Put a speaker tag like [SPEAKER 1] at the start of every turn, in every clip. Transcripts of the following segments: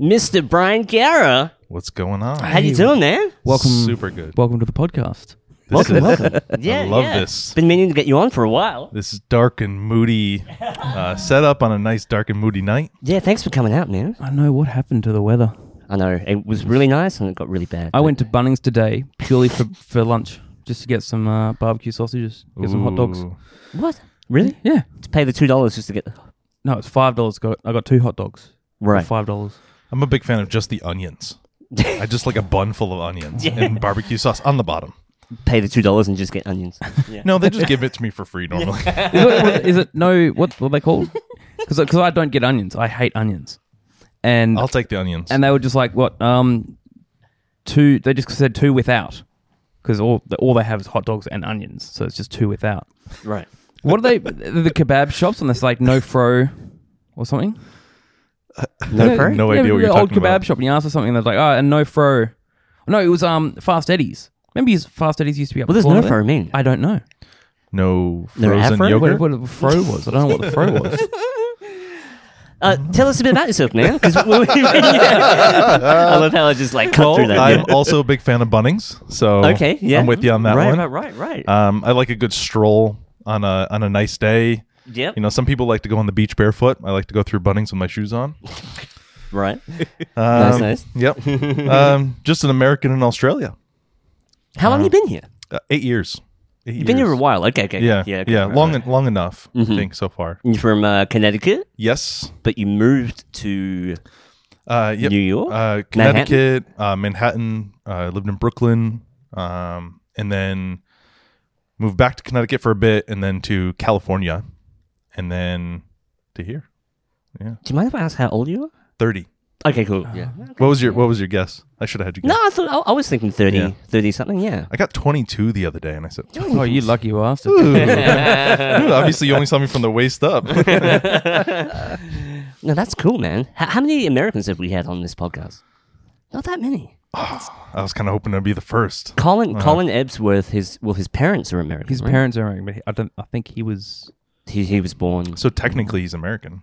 [SPEAKER 1] Mr. Brian Guerra.
[SPEAKER 2] What's going on?
[SPEAKER 1] How you doing, man?
[SPEAKER 3] Welcome,
[SPEAKER 2] Super good.
[SPEAKER 3] Welcome to the podcast.
[SPEAKER 2] This is-
[SPEAKER 1] Yeah,
[SPEAKER 2] I love
[SPEAKER 1] yeah.
[SPEAKER 2] this.
[SPEAKER 1] Been meaning to get you on for a while.
[SPEAKER 2] This is dark and moody uh, setup on a nice dark and moody night.
[SPEAKER 1] Yeah, thanks for coming out, man.
[SPEAKER 3] I know what happened to the weather.
[SPEAKER 1] I know it was really nice and it got really bad.
[SPEAKER 3] I went to Bunnings today purely for, for lunch, just to get some uh, barbecue sausages, get some hot dogs.
[SPEAKER 2] Ooh.
[SPEAKER 1] what? Really?
[SPEAKER 3] Yeah,
[SPEAKER 1] To pay the two dollars just to get
[SPEAKER 3] no, it's five dollars. Got I got two hot dogs. for
[SPEAKER 1] right.
[SPEAKER 3] five dollars.
[SPEAKER 2] I'm a big fan of just the onions. I just like a bun full of onions and barbecue sauce on the bottom.
[SPEAKER 1] Pay the two dollars and just get onions. Yeah.
[SPEAKER 2] No, they just give it to me for free normally.
[SPEAKER 3] Is it, what- is it no? What what are they called? Because I don't get onions. I hate onions. And
[SPEAKER 2] I'll take the onions.
[SPEAKER 3] and they were just like what um two they just said two without because all all they have is hot dogs and onions so it's just two without
[SPEAKER 1] Right.
[SPEAKER 3] what are they the kebab shops and it's like no fro or something
[SPEAKER 1] No
[SPEAKER 3] Yeah,
[SPEAKER 1] fro?
[SPEAKER 2] No
[SPEAKER 3] yeah,
[SPEAKER 2] idea what
[SPEAKER 3] the
[SPEAKER 2] you're
[SPEAKER 3] old
[SPEAKER 2] talking
[SPEAKER 3] kebab
[SPEAKER 2] about.
[SPEAKER 3] shop and you ask for something and they're like oh and no fro no it was um fast eddies remember his fast eddies used to be up
[SPEAKER 1] What
[SPEAKER 3] the
[SPEAKER 1] does no
[SPEAKER 3] corner there?
[SPEAKER 1] fro mean?
[SPEAKER 3] I don't know
[SPEAKER 2] No
[SPEAKER 1] They're
[SPEAKER 2] frozen
[SPEAKER 1] Afro?
[SPEAKER 3] what,
[SPEAKER 2] yogurt.
[SPEAKER 3] what a fro was I don't know what the fro was
[SPEAKER 1] Uh, tell us a bit about yourself, man. 'cause we- we- yeah. I love how I just like cut through that.
[SPEAKER 2] I'm also a big fan of Bunnings, so
[SPEAKER 1] okay. Yeah.
[SPEAKER 2] I'm with you on that
[SPEAKER 1] right,
[SPEAKER 2] one.
[SPEAKER 1] Right. Right. Right.
[SPEAKER 2] Um, I like a good stroll on a on a nice day.
[SPEAKER 1] yep.
[SPEAKER 2] You know, some people like to go on the beach barefoot. I like to go through Bunnings with my shoes on.
[SPEAKER 1] right.
[SPEAKER 2] Um,
[SPEAKER 1] nice.
[SPEAKER 2] Yep. um, just an American in Australia.
[SPEAKER 1] How long you been here?
[SPEAKER 2] Uh, eight years. Eight
[SPEAKER 1] You've been here a while. Okay. Okay.
[SPEAKER 2] Yeah.
[SPEAKER 1] Yeah.
[SPEAKER 2] Yeah.
[SPEAKER 1] okay, right,
[SPEAKER 2] long
[SPEAKER 1] right.
[SPEAKER 2] en- long enough, I think, so far.
[SPEAKER 1] You're from uh, Connecticut,
[SPEAKER 2] Yes.
[SPEAKER 1] but you moved to
[SPEAKER 2] Uh, yep.
[SPEAKER 1] New York?
[SPEAKER 2] Uh, Connecticut, uh, Manhattan. Uh, lived in Brooklyn, um, and then moved back to Connecticut for a bit, and then to California, and then to here.
[SPEAKER 1] Do you mind if I ask how old you are?
[SPEAKER 2] Thirty.
[SPEAKER 1] Okay, cool. Yeah.
[SPEAKER 2] What was your What was your guess? I should have had you guess.
[SPEAKER 1] No, I thought I, I was thinking 30,
[SPEAKER 2] Yeah.
[SPEAKER 1] 30 something. Yeah.
[SPEAKER 2] I got 22 the other day, and I said,
[SPEAKER 3] oh you lucky bastard
[SPEAKER 2] "Dude, obviously you only saw me from the waist up."
[SPEAKER 1] No, that's cool, man. How, how many Americans have we had on this podcast? Not that many.
[SPEAKER 2] I was kind of hoping to be the first.
[SPEAKER 1] Colin Colin Ebsworth, his well, his parents are American.
[SPEAKER 3] his
[SPEAKER 1] right?
[SPEAKER 3] parents are American but he- I don't I think he was
[SPEAKER 1] He, he was born.
[SPEAKER 2] So technically, he's American.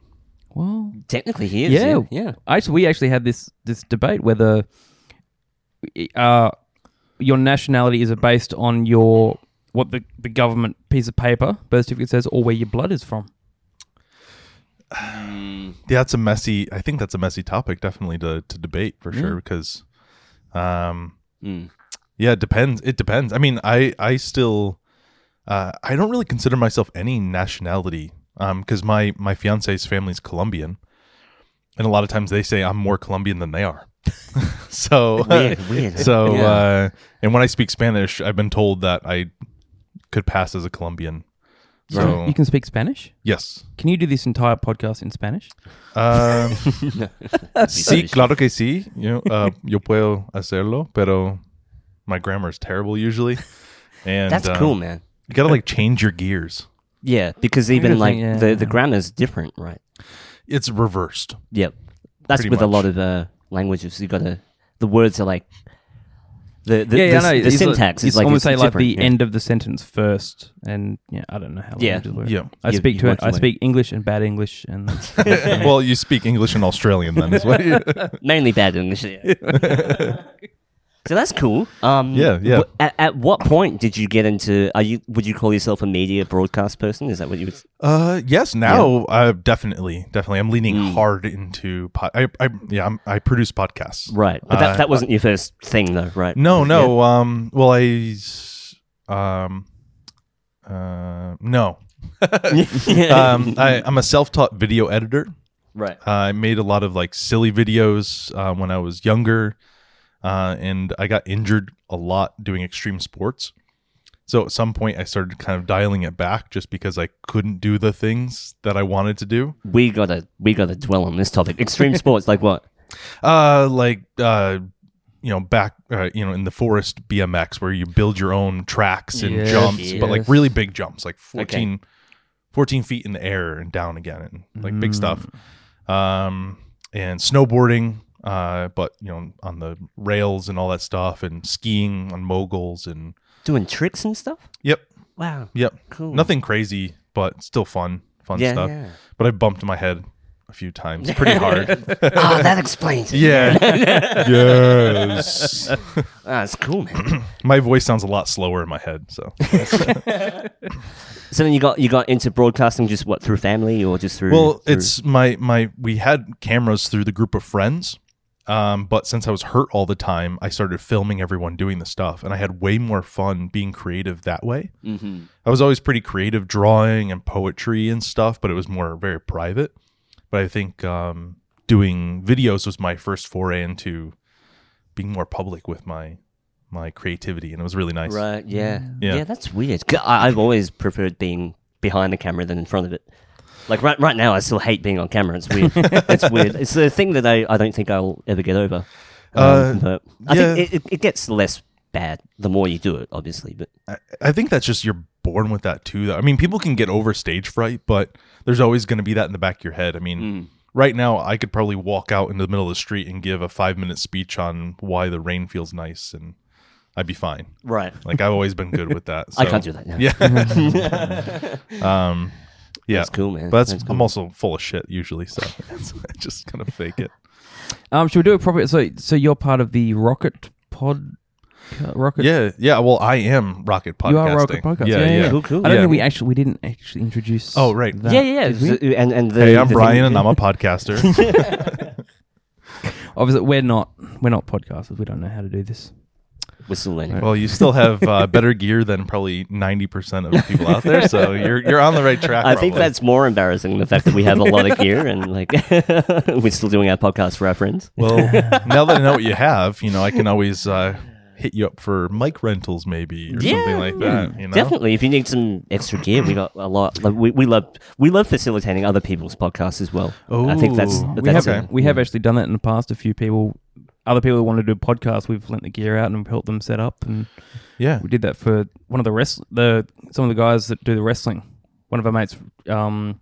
[SPEAKER 3] well
[SPEAKER 1] Technically, he is.
[SPEAKER 3] Yeah,
[SPEAKER 1] Yeah. yeah.
[SPEAKER 3] Actually, we actually had this this debate whether uh, your nationality is based on your what the, the government piece of paper birth certificate says, or where your blood is from.
[SPEAKER 2] Yeah, that's a messy. I think that's a messy topic, definitely to to debate for sure. Because, um,
[SPEAKER 1] Mm.
[SPEAKER 2] yeah, it depends. It depends. I mean, I I still, uh, I don't really consider myself any nationality. Um, because my my fiance's family's Colombian, and a lot of times they say I'm more Colombian than they are. so
[SPEAKER 1] Weird, weird.
[SPEAKER 2] So,
[SPEAKER 1] Yeah.
[SPEAKER 2] uh, and when I speak Spanish, I've been told that I could pass as a Colombian. So,
[SPEAKER 3] You can speak Spanish.
[SPEAKER 2] yes.
[SPEAKER 3] Can you do this entire podcast in Spanish?
[SPEAKER 2] Um, sí,
[SPEAKER 1] Spanish.
[SPEAKER 2] claro que sí. You know, uh, yo puedo hacerlo, pero my grammar is terrible usually. And
[SPEAKER 1] that's
[SPEAKER 2] um,
[SPEAKER 1] cool, man.
[SPEAKER 2] You gotta like change your gears.
[SPEAKER 1] Yeah, because
[SPEAKER 3] Everything,
[SPEAKER 1] even like
[SPEAKER 3] yeah,
[SPEAKER 1] the
[SPEAKER 3] yeah.
[SPEAKER 1] the grammar's different, right?
[SPEAKER 2] It's reversed.
[SPEAKER 1] Yep. That's
[SPEAKER 2] Pretty
[SPEAKER 1] with a
[SPEAKER 2] much.
[SPEAKER 1] lot of uh, languages. You got to the words are like the the, the,
[SPEAKER 3] I know.
[SPEAKER 1] the
[SPEAKER 3] It's
[SPEAKER 1] syntax
[SPEAKER 3] Like,
[SPEAKER 1] is like it's
[SPEAKER 3] almost say like
[SPEAKER 1] different,
[SPEAKER 3] the
[SPEAKER 1] yeah.
[SPEAKER 3] end of the sentence first, and yeah, I don't know how.
[SPEAKER 1] Yeah.
[SPEAKER 3] languages work.
[SPEAKER 2] Yeah.
[SPEAKER 3] I
[SPEAKER 1] You-
[SPEAKER 3] speak
[SPEAKER 1] you
[SPEAKER 3] to it.
[SPEAKER 1] work your
[SPEAKER 3] I
[SPEAKER 1] way.
[SPEAKER 3] speak English and bad English, and that's-
[SPEAKER 2] well, you speak English and Australian then is what you-
[SPEAKER 1] mainly bad English. Yeah. so that's cool. Um,
[SPEAKER 2] Yeah, yeah.
[SPEAKER 1] wh- at, at what point did you get into? Are you? Would you call yourself a media broadcast person? Is that what you would?
[SPEAKER 2] Uh, yes. Now, uh, definitely, definitely. I'm leaning
[SPEAKER 1] Mm.
[SPEAKER 2] hard into. Po- I, I, yeah, I'm, I produce podcasts.
[SPEAKER 1] Right, but
[SPEAKER 2] Uh,
[SPEAKER 1] that, that wasn't your first thing, though, right?
[SPEAKER 2] No, no. Um, well, I, s- um, uh, no. um, I, I'm a self-taught video editor.
[SPEAKER 1] Right.
[SPEAKER 2] Uh, I made a lot of like silly videos uh, when I was younger, uh, and I got injured a lot doing extreme sports. So at some point, I started kind of dialing it back just because I couldn't do the things that I wanted to do.
[SPEAKER 1] We gotta we gotta dwell on this topic. Extreme sports, like what?
[SPEAKER 2] Uh, like uh, you know, back uh, you know in the forest BMX where you build your own tracks and
[SPEAKER 3] Yes,
[SPEAKER 2] jumps, but like
[SPEAKER 3] yes.
[SPEAKER 2] really big jumps, like 14, 14 feet in the air and down again, and like
[SPEAKER 1] Mm.
[SPEAKER 2] big stuff. Um, and snowboarding, uh, but you know on the rails and all that stuff, and skiing on moguls and
[SPEAKER 1] Doing tricks and stuff.
[SPEAKER 2] yep,
[SPEAKER 1] Wow.
[SPEAKER 2] yep,
[SPEAKER 1] Cool.
[SPEAKER 2] nothing crazy, but still fun, fun
[SPEAKER 1] Yeah,
[SPEAKER 2] stuff.
[SPEAKER 1] yeah.
[SPEAKER 2] But I bumped my head. a few times pretty hard.
[SPEAKER 1] oh, that explains it.
[SPEAKER 2] yeah. yes.
[SPEAKER 1] Ah, that's cool, man.
[SPEAKER 2] My voice sounds a lot slower in my head, so.
[SPEAKER 1] so then you got you got into broadcasting just what through family or just through?
[SPEAKER 2] Well,
[SPEAKER 1] through-
[SPEAKER 2] it's my my we had cameras through the group of friends. Um, but since I was hurt all the time, I started filming everyone doing the stuff, and I had way more fun being creative that way.
[SPEAKER 1] Mhm.
[SPEAKER 2] I was always pretty creative, drawing and poetry and stuff, but it was more very private. But I think um, doing videos was my first foray into being more public with my my creativity, and it was really nice.
[SPEAKER 1] right. Yeah. yeah,
[SPEAKER 2] Yeah.
[SPEAKER 1] That's weird. 'Cause I, I've always preferred being behind the camera than in front of it. Like right right now, I still hate being on camera. It's weird. it's weird. It's the thing that I, I don't think I'll ever get over. Um,
[SPEAKER 2] Uh,
[SPEAKER 1] but I
[SPEAKER 2] yeah.
[SPEAKER 1] think it, it, it gets less bad the more you do it, obviously. But
[SPEAKER 2] I, I think that's just you're born with that too. Though I mean, people can get over stage fright, but there's always going to be that in the back of your head. I mean,
[SPEAKER 1] Mm.
[SPEAKER 2] right now I could probably walk out into the middle of the street and give a five minute speech on why the rain feels nice, and I'd be fine.
[SPEAKER 1] right.
[SPEAKER 2] Like I've always been good with that.
[SPEAKER 1] I
[SPEAKER 2] so-
[SPEAKER 1] can't do that now.
[SPEAKER 2] Yeah. um, yeah.
[SPEAKER 1] That's cool, man.
[SPEAKER 2] But that's,
[SPEAKER 1] That's
[SPEAKER 2] I'm also full of shit usually, so it's- I just kind of fake it.
[SPEAKER 3] Um, should we do it properly? So, so you're part of the Rocket Pod, Rocket.
[SPEAKER 2] Yeah, yeah. Well, I am Rocket Podcasting.
[SPEAKER 3] You are Rocket Podcast.
[SPEAKER 2] Yeah, yeah.
[SPEAKER 1] Cool, cool.
[SPEAKER 3] I don't
[SPEAKER 2] Yeah.
[SPEAKER 3] think we actually we didn't actually introduce.
[SPEAKER 2] Oh, right.
[SPEAKER 3] that,
[SPEAKER 1] yeah, yeah,
[SPEAKER 3] did we?
[SPEAKER 1] yeah. And and the,
[SPEAKER 2] Hey, I'm
[SPEAKER 1] the thing-
[SPEAKER 2] Brian, and I'm a podcaster.
[SPEAKER 3] Obviously, we're not we're not podcasters. We don't know how to do this.
[SPEAKER 1] We're still learning.
[SPEAKER 2] Well, you still have uh, better gear than probably ninety percent of people out there, so you're you're on the right track.
[SPEAKER 1] I think
[SPEAKER 2] probably.
[SPEAKER 1] that's more embarrassing than the fact that we have a lot of gear and like we're still doing our podcast for our friends.
[SPEAKER 2] well. Now that I know what you have, you know I can always uh, hit you up for mic rentals, maybe or something like that. You know,
[SPEAKER 1] Definitely, if you need some extra gear, we got a lot. Like, we, we love we love facilitating other people's podcasts as well. I think that's
[SPEAKER 2] Ooh.
[SPEAKER 3] we
[SPEAKER 1] that's
[SPEAKER 3] have
[SPEAKER 1] a-
[SPEAKER 2] okay.
[SPEAKER 3] we have actually done that in the past. A few people, other people who wanted to do podcasts, we've lent the gear out and we've helped them set up. And
[SPEAKER 2] yeah.
[SPEAKER 3] we did that for one of the rest the some of the guys that do the wrestling. One of our mates, um,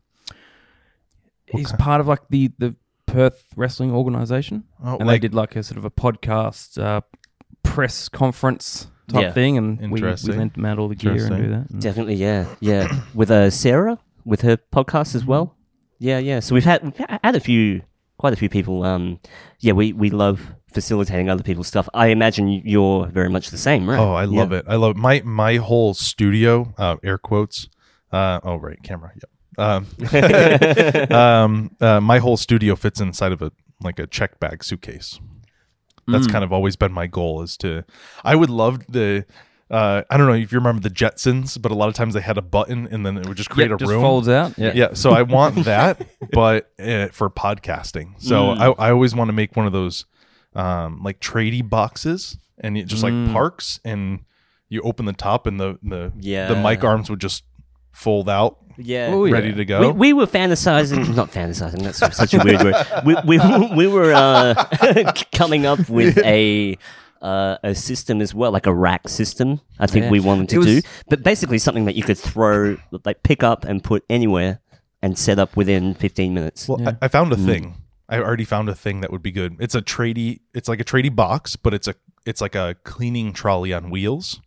[SPEAKER 3] he's part of like the the Perth wrestling organization,
[SPEAKER 2] Oh,
[SPEAKER 3] and
[SPEAKER 2] like-
[SPEAKER 3] they did like a sort of a podcast uh, press conference type
[SPEAKER 1] Yeah.
[SPEAKER 3] thing, and we, we
[SPEAKER 2] Interesting.
[SPEAKER 3] lent them out all the gear and do
[SPEAKER 2] Interesting.
[SPEAKER 3] that. And-
[SPEAKER 1] Definitely, yeah, yeah. With uh, Sarah, with her podcast as well. Yeah, yeah. So we've had we've had a few, quite a few people. Um, yeah, we we love facilitating other people's stuff. I imagine you're very much the same, right?
[SPEAKER 2] Oh, I love it. I love it. my my whole studio. Uh, air quotes. Uh, oh, right, camera. Yep. Um, um, uh, my whole studio fits inside of a like a check bag suitcase. That's kind of always been my goal is to. I would love the. Uh, I don't know if you remember the Jetsons, but a lot of times they had a button and then it would just create
[SPEAKER 3] Yep,
[SPEAKER 2] a
[SPEAKER 3] just
[SPEAKER 2] room.
[SPEAKER 3] folds out. Yeah.
[SPEAKER 2] Yeah, so I want that, but uh, for podcasting. So
[SPEAKER 3] Hmm.
[SPEAKER 2] I, I always want to make one of those um, like tradie boxes, and it just
[SPEAKER 3] Hmm.
[SPEAKER 2] like parks, and you open the top, and the the the
[SPEAKER 1] Yeah.
[SPEAKER 2] mic arms would just fold out,
[SPEAKER 1] Yeah.
[SPEAKER 3] Oh, yeah.
[SPEAKER 2] ready to go.
[SPEAKER 1] We, we were fantasizing, not fantasizing. That's such a weird word. We we, we were uh, coming up with a uh, a system as well, like a rack system. I think
[SPEAKER 3] Yeah.
[SPEAKER 1] we wanted to
[SPEAKER 3] It was-
[SPEAKER 1] do, but basically something that you could throw, like pick up and put anywhere and set up within fifteen minutes.
[SPEAKER 2] well, I, I found a
[SPEAKER 1] Mm.
[SPEAKER 2] thing. I already found a thing that would be good. It's a tradie. It's like a tradie box, but it's a it's like a cleaning trolley on wheels,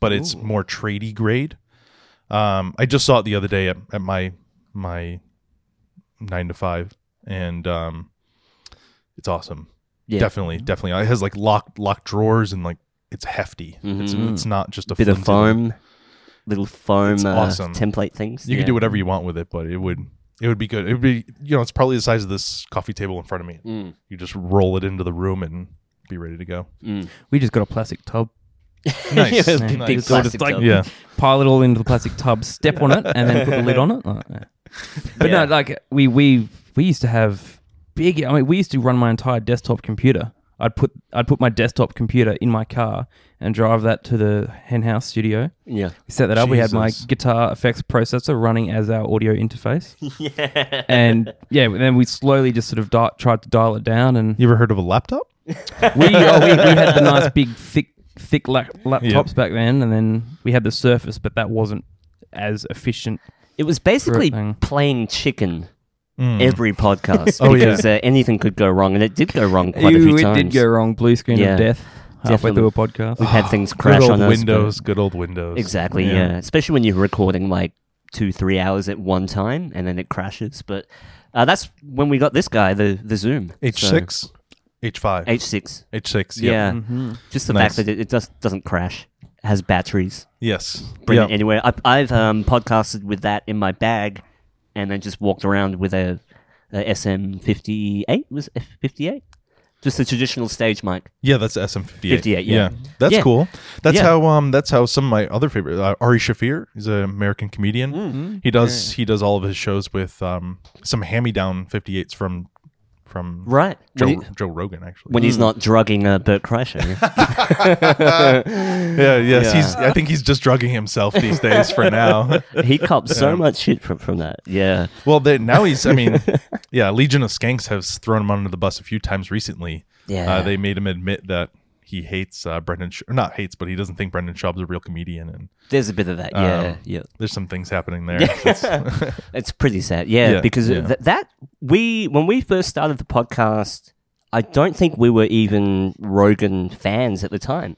[SPEAKER 2] but it's more tradie grade. Um, I just saw it the other day at, at my my nine to five, and um, it's awesome.
[SPEAKER 1] Yeah.
[SPEAKER 2] Definitely, definitely. It has like locked locked drawers and like it's hefty. It's
[SPEAKER 1] Mhm.
[SPEAKER 2] it's not just a
[SPEAKER 1] bit of
[SPEAKER 2] flimsy-
[SPEAKER 1] foam, little foam uh,
[SPEAKER 2] awesome.
[SPEAKER 1] template things.
[SPEAKER 2] You
[SPEAKER 1] yeah.
[SPEAKER 2] can do whatever you want with it, but it would it would be good. It would be you know it's probably the size of this coffee table in front of me.
[SPEAKER 1] Mm.
[SPEAKER 2] You just roll it into the room and be ready to go.
[SPEAKER 3] We just got a plastic tub,
[SPEAKER 2] Nice.
[SPEAKER 1] Yeah, big,
[SPEAKER 2] Nice.
[SPEAKER 1] big
[SPEAKER 3] So it's
[SPEAKER 1] plastic
[SPEAKER 3] like-
[SPEAKER 1] tub.
[SPEAKER 2] Yeah.
[SPEAKER 3] pile it all into the plastic tub, step on it, and then put the lid on it. Like that. But
[SPEAKER 1] Yeah.
[SPEAKER 3] no, like we we we used to have big. I mean, we used to run my entire desktop computer. I'd put I'd put my desktop computer in my car and drive that to the henhouse studio.
[SPEAKER 1] yeah.
[SPEAKER 3] We set that up. We had my
[SPEAKER 2] Jesus.
[SPEAKER 3] guitar effects processor running as our audio interface. yeah. And yeah, and then we slowly just sort of di- tried to dial it down, and
[SPEAKER 2] You ever heard of a laptop?
[SPEAKER 3] we, oh, we we had the nice big thick thick lap- laptops back then, and then we had the Surface, but that wasn't as efficient.
[SPEAKER 1] It was basically
[SPEAKER 3] thing.
[SPEAKER 1] playing chicken every podcast
[SPEAKER 2] Mm. Oh, yeah.
[SPEAKER 1] because uh, anything could go wrong, and it did go wrong quite a few
[SPEAKER 3] it
[SPEAKER 1] times.
[SPEAKER 3] did go wrong. Blue screen
[SPEAKER 1] Yeah.
[SPEAKER 3] of death halfway
[SPEAKER 1] Definitely.
[SPEAKER 3] through a podcast.
[SPEAKER 1] We've had things
[SPEAKER 2] Good
[SPEAKER 1] crash
[SPEAKER 2] old
[SPEAKER 1] on us. but-
[SPEAKER 2] Windows. Good old Windows.
[SPEAKER 1] Exactly. Yeah. Especially when you're recording like two, three hours at one time, and then it crashes. But Uh, that's when we got this guy, the the Zoom
[SPEAKER 2] H six, H five,
[SPEAKER 1] H six.
[SPEAKER 2] H six.
[SPEAKER 1] Yeah,
[SPEAKER 3] Mm-hmm.
[SPEAKER 1] just the
[SPEAKER 2] Nice.
[SPEAKER 1] fact that it, it just doesn't crash, has batteries,
[SPEAKER 2] Yes.
[SPEAKER 1] bring
[SPEAKER 2] Yeah.
[SPEAKER 1] it anywhere. I, I've um, podcasted with that in my bag, and then just walked around with a, a SM fifty eight. Was fifty eight? Just the traditional stage mic.
[SPEAKER 2] Yeah, that's SM fifty eight.
[SPEAKER 1] 58, yeah.
[SPEAKER 2] that's
[SPEAKER 1] Yeah.
[SPEAKER 2] cool. That's
[SPEAKER 1] Yeah.
[SPEAKER 2] how um that's how some of my other favorite uh, Ari Shafir is an American comedian.
[SPEAKER 1] Mm-hmm.
[SPEAKER 2] He does he does all of his shows with um some hand me down fifty eights from from
[SPEAKER 1] Right.
[SPEAKER 2] Joe,
[SPEAKER 1] When, he-
[SPEAKER 2] Joe Rogan actually.
[SPEAKER 1] when he's not drugging uh, Bert Kreischer.
[SPEAKER 2] yeah, yes,
[SPEAKER 1] Yeah.
[SPEAKER 2] he's I think he's just drugging himself these days for now.
[SPEAKER 1] he copped so much shit from, from that. Yeah.
[SPEAKER 2] well, they, now he's I mean, yeah, Legion of Skanks has thrown him under the bus a few times recently.
[SPEAKER 1] Yeah.
[SPEAKER 2] Uh, they made him admit that he hates uh, Brendan, Sh- or not hates, but he doesn't think Brendan Schaub's a real comedian, and
[SPEAKER 1] There's a bit of that. Yeah.
[SPEAKER 2] Um,
[SPEAKER 1] yeah.
[SPEAKER 2] there's some things happening there. It's-
[SPEAKER 1] It's pretty sad, yeah,
[SPEAKER 2] Yeah,
[SPEAKER 1] because
[SPEAKER 2] yeah.
[SPEAKER 1] Th- that we when we first started the podcast, I don't think we were even Rogan fans at the time.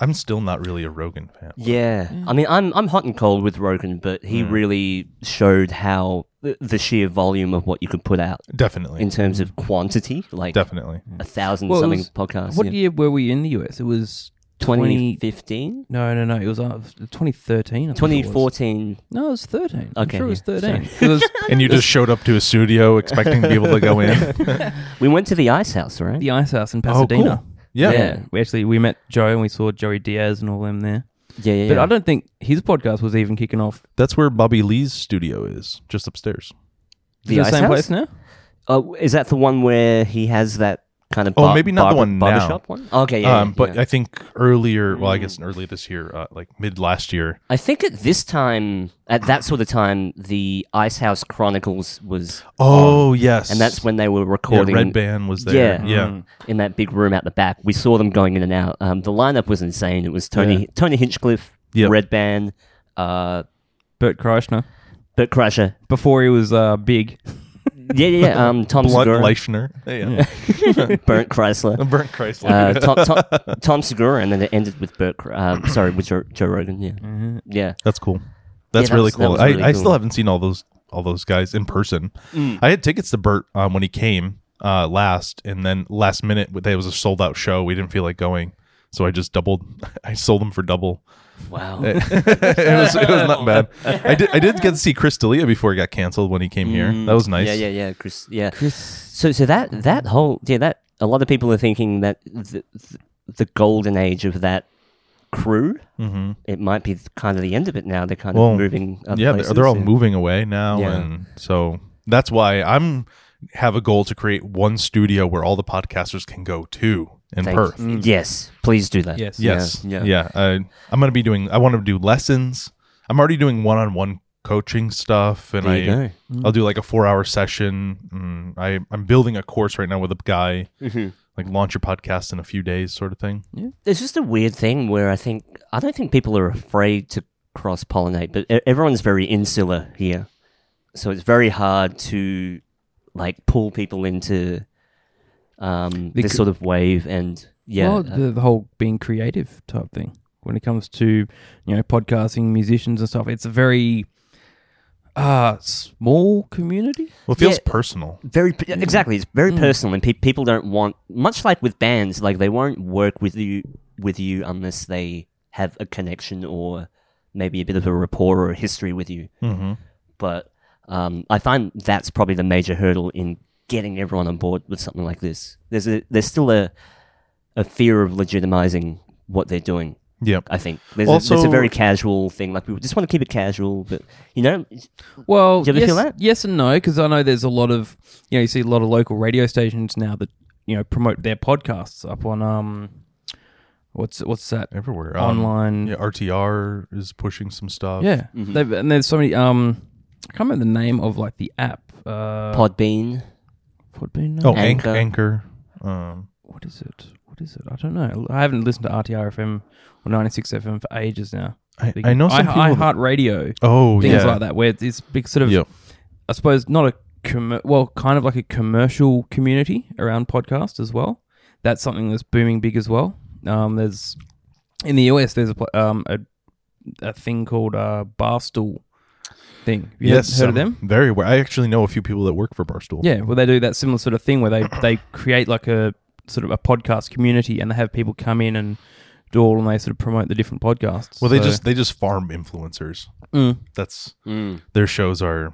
[SPEAKER 2] I'm still not really a Rogan fan.
[SPEAKER 1] Yeah,
[SPEAKER 3] Mm.
[SPEAKER 1] I mean, I'm I'm hot and cold with Rogan, but he
[SPEAKER 2] Mm.
[SPEAKER 1] really showed how the, the sheer volume of what you could put out
[SPEAKER 2] Definitely,
[SPEAKER 1] in terms of quantity, like
[SPEAKER 2] definitely.
[SPEAKER 1] a thousand
[SPEAKER 3] Well, it
[SPEAKER 1] something
[SPEAKER 3] was-
[SPEAKER 1] podcasts.
[SPEAKER 3] What
[SPEAKER 1] yeah.
[SPEAKER 3] year were we in the US? It was
[SPEAKER 1] 2015,
[SPEAKER 3] 20. No, no, no. It was uh, 2013. I think it was.
[SPEAKER 1] 2014.
[SPEAKER 3] No, it was 13. I'm
[SPEAKER 1] Okay,
[SPEAKER 3] sure it was
[SPEAKER 1] yeah,
[SPEAKER 3] 13. It was
[SPEAKER 2] And you just showed up to a studio expecting to be able to go in.
[SPEAKER 1] We went to the Ice House, right?
[SPEAKER 3] the Ice House in Pasadena.
[SPEAKER 2] Yeah.
[SPEAKER 1] Yeah.
[SPEAKER 3] We actually we met Joe and we saw Joey Diaz and all them there.
[SPEAKER 1] Yeah, yeah.
[SPEAKER 3] But
[SPEAKER 1] yeah.
[SPEAKER 3] I don't think his podcast was even kicking off.
[SPEAKER 2] that's where Bobby Lee's studio is, just upstairs.
[SPEAKER 3] Is it the
[SPEAKER 1] Ice
[SPEAKER 3] same
[SPEAKER 1] House?
[SPEAKER 3] place now?
[SPEAKER 1] Oh, is that the one where he has that kind of?
[SPEAKER 2] Oh,
[SPEAKER 1] bar-
[SPEAKER 2] maybe not the
[SPEAKER 1] barber-
[SPEAKER 2] one now.
[SPEAKER 1] barbershop one. Okay, yeah.
[SPEAKER 2] um,
[SPEAKER 1] yeah,
[SPEAKER 2] but
[SPEAKER 1] yeah.
[SPEAKER 2] I think earlier, well, I guess early this year, uh, like mid last year.
[SPEAKER 1] I think at this time, at that sort of time, the Ice House Chronicles was,
[SPEAKER 2] Oh yes,
[SPEAKER 1] Um, and that's when they were
[SPEAKER 2] yeah,
[SPEAKER 1] recording.
[SPEAKER 2] Red Band was there.
[SPEAKER 1] Yeah. Mm-hmm.
[SPEAKER 2] yeah.
[SPEAKER 1] in that big room out the back, we saw them going in and out. Um, the lineup was insane. It was Tony
[SPEAKER 2] Yeah.
[SPEAKER 1] Tony Hinchcliffe,
[SPEAKER 2] Yep.
[SPEAKER 1] Red Band, uh,
[SPEAKER 3] Bert Kreischer.
[SPEAKER 1] Bert Kreischer.
[SPEAKER 3] Before he was uh, big.
[SPEAKER 1] Yeah, yeah. yeah. Um, Tom
[SPEAKER 2] Blunt
[SPEAKER 1] Segura,
[SPEAKER 2] Leichner. Yeah.
[SPEAKER 1] Bert Chrysler.
[SPEAKER 2] Burnt Chrysler.
[SPEAKER 1] Uh, Tom, Tom, Tom Segura, and then it ended with Bert. Cr- Uh, sorry, with Joe, Joe Rogan. Yeah,
[SPEAKER 2] Mm-hmm.
[SPEAKER 1] yeah.
[SPEAKER 2] That's cool. That's
[SPEAKER 1] that
[SPEAKER 2] really
[SPEAKER 1] was- that
[SPEAKER 2] cool.
[SPEAKER 1] was
[SPEAKER 2] I,
[SPEAKER 1] really
[SPEAKER 2] I
[SPEAKER 1] cool.
[SPEAKER 2] still haven't seen all those all those guys in person.
[SPEAKER 1] Mm.
[SPEAKER 2] I had tickets to Bert um, when he came uh, last, and then last minute there was a sold out show. We didn't feel like going, so I just doubled. I sold them for double.
[SPEAKER 1] Wow.
[SPEAKER 2] it was it was not bad. I did I did get to see Chris D'Elia before he got canceled when he came here. That was nice.
[SPEAKER 1] Mm. Yeah, yeah, yeah, Chris. Yeah. So, so that that whole yeah, that a lot of people are thinking that the the- the golden age of that crew,
[SPEAKER 2] hmm
[SPEAKER 1] it might be kind of the end of it now. They're kind of
[SPEAKER 2] Well,
[SPEAKER 1] moving. Other
[SPEAKER 2] yeah,
[SPEAKER 1] places
[SPEAKER 2] they're, they're all
[SPEAKER 1] and-
[SPEAKER 2] moving away now,
[SPEAKER 1] Yeah.
[SPEAKER 2] and so that's why I'm have a goal to create one studio where all the podcasters can go to in
[SPEAKER 1] Thank- Mm.
[SPEAKER 2] Perth.
[SPEAKER 1] Yes, please do that.
[SPEAKER 3] Yes.
[SPEAKER 2] Yes.
[SPEAKER 1] Yeah,
[SPEAKER 2] Yeah.
[SPEAKER 1] yeah.
[SPEAKER 2] I, I'm going to be doing, I want to do lessons. I'm already doing one on one coaching stuff. And
[SPEAKER 1] There you
[SPEAKER 2] I, I'll do like a four hour session. Mm, I, I'm building a course right now with a guy,
[SPEAKER 3] Mm-hmm.
[SPEAKER 1] Mhm.
[SPEAKER 2] like launch your podcast in a few days, sort of thing.
[SPEAKER 1] It's just a weird thing where I think I don't think people are afraid to cross pollinate, but e- everyone's very insular here, so it's very hard to like pull people into um,
[SPEAKER 3] The
[SPEAKER 1] this
[SPEAKER 3] cr-
[SPEAKER 1] sort of wave and yeah.
[SPEAKER 3] Well,
[SPEAKER 1] uh,
[SPEAKER 3] the, the whole being creative type thing when it comes to you know podcasting, musicians and stuff. It's a very uh small community.
[SPEAKER 2] Well, it feels
[SPEAKER 1] Yeah.
[SPEAKER 2] personal.
[SPEAKER 1] very p exactly it's very personal and pe- people don't want much like with bands like they won't work with you with you unless they have a connection or maybe a bit of a rapport or a history with you
[SPEAKER 2] hmm
[SPEAKER 1] but um, i find that's probably the major hurdle in getting everyone on board with something like this there's a there's still a a fear of legitimizing what they're doing
[SPEAKER 2] Yeah.
[SPEAKER 1] i think there's, a, there's
[SPEAKER 2] Also-
[SPEAKER 1] a very casual thing like we just want to keep it casual but you know
[SPEAKER 3] Well,
[SPEAKER 1] Do you ever
[SPEAKER 3] yes,
[SPEAKER 1] feel that?
[SPEAKER 3] yes and no, because I know there's a lot of you know you see a lot of local radio stations now that you know promote their podcasts up on um what's what's that
[SPEAKER 2] Everywhere. Um,
[SPEAKER 3] online
[SPEAKER 2] Yeah. RTR is pushing some stuff.
[SPEAKER 3] yeah
[SPEAKER 1] Mm-hmm.
[SPEAKER 3] They've- and there's so many um I can't remember the name of like the app uh
[SPEAKER 1] podbean
[SPEAKER 3] Podbean no?
[SPEAKER 2] Oh, Anchor.
[SPEAKER 1] Anchor.
[SPEAKER 2] Anchor. Um,
[SPEAKER 3] what is it what is it I don't know I haven't listened to RTR FM or 96 FM for ages now
[SPEAKER 2] I, I know some people.
[SPEAKER 3] I,
[SPEAKER 2] that-
[SPEAKER 3] Heart Radio
[SPEAKER 2] oh,
[SPEAKER 3] things
[SPEAKER 2] yeah.
[SPEAKER 3] like that where it's big sort of
[SPEAKER 2] Yep.
[SPEAKER 3] I suppose not a com- well, kind of like a commercial community around podcast as well. That's something that's booming big as well. Um, there's in the US there's a pl- um, a, a thing called uh, Barstool thing. Have you heard, heard of
[SPEAKER 2] um,
[SPEAKER 3] them?
[SPEAKER 2] Very aware. I actually know a few people that work for Barstool.
[SPEAKER 3] Yeah, well, they do that similar sort of thing where they they create like a sort of a podcast community, and they have people come in and do all, and they sort of promote the different podcasts.
[SPEAKER 2] Well, they
[SPEAKER 3] So-
[SPEAKER 2] just they just farm influencers.
[SPEAKER 3] Mm.
[SPEAKER 2] That's
[SPEAKER 1] Mm.
[SPEAKER 2] their shows are.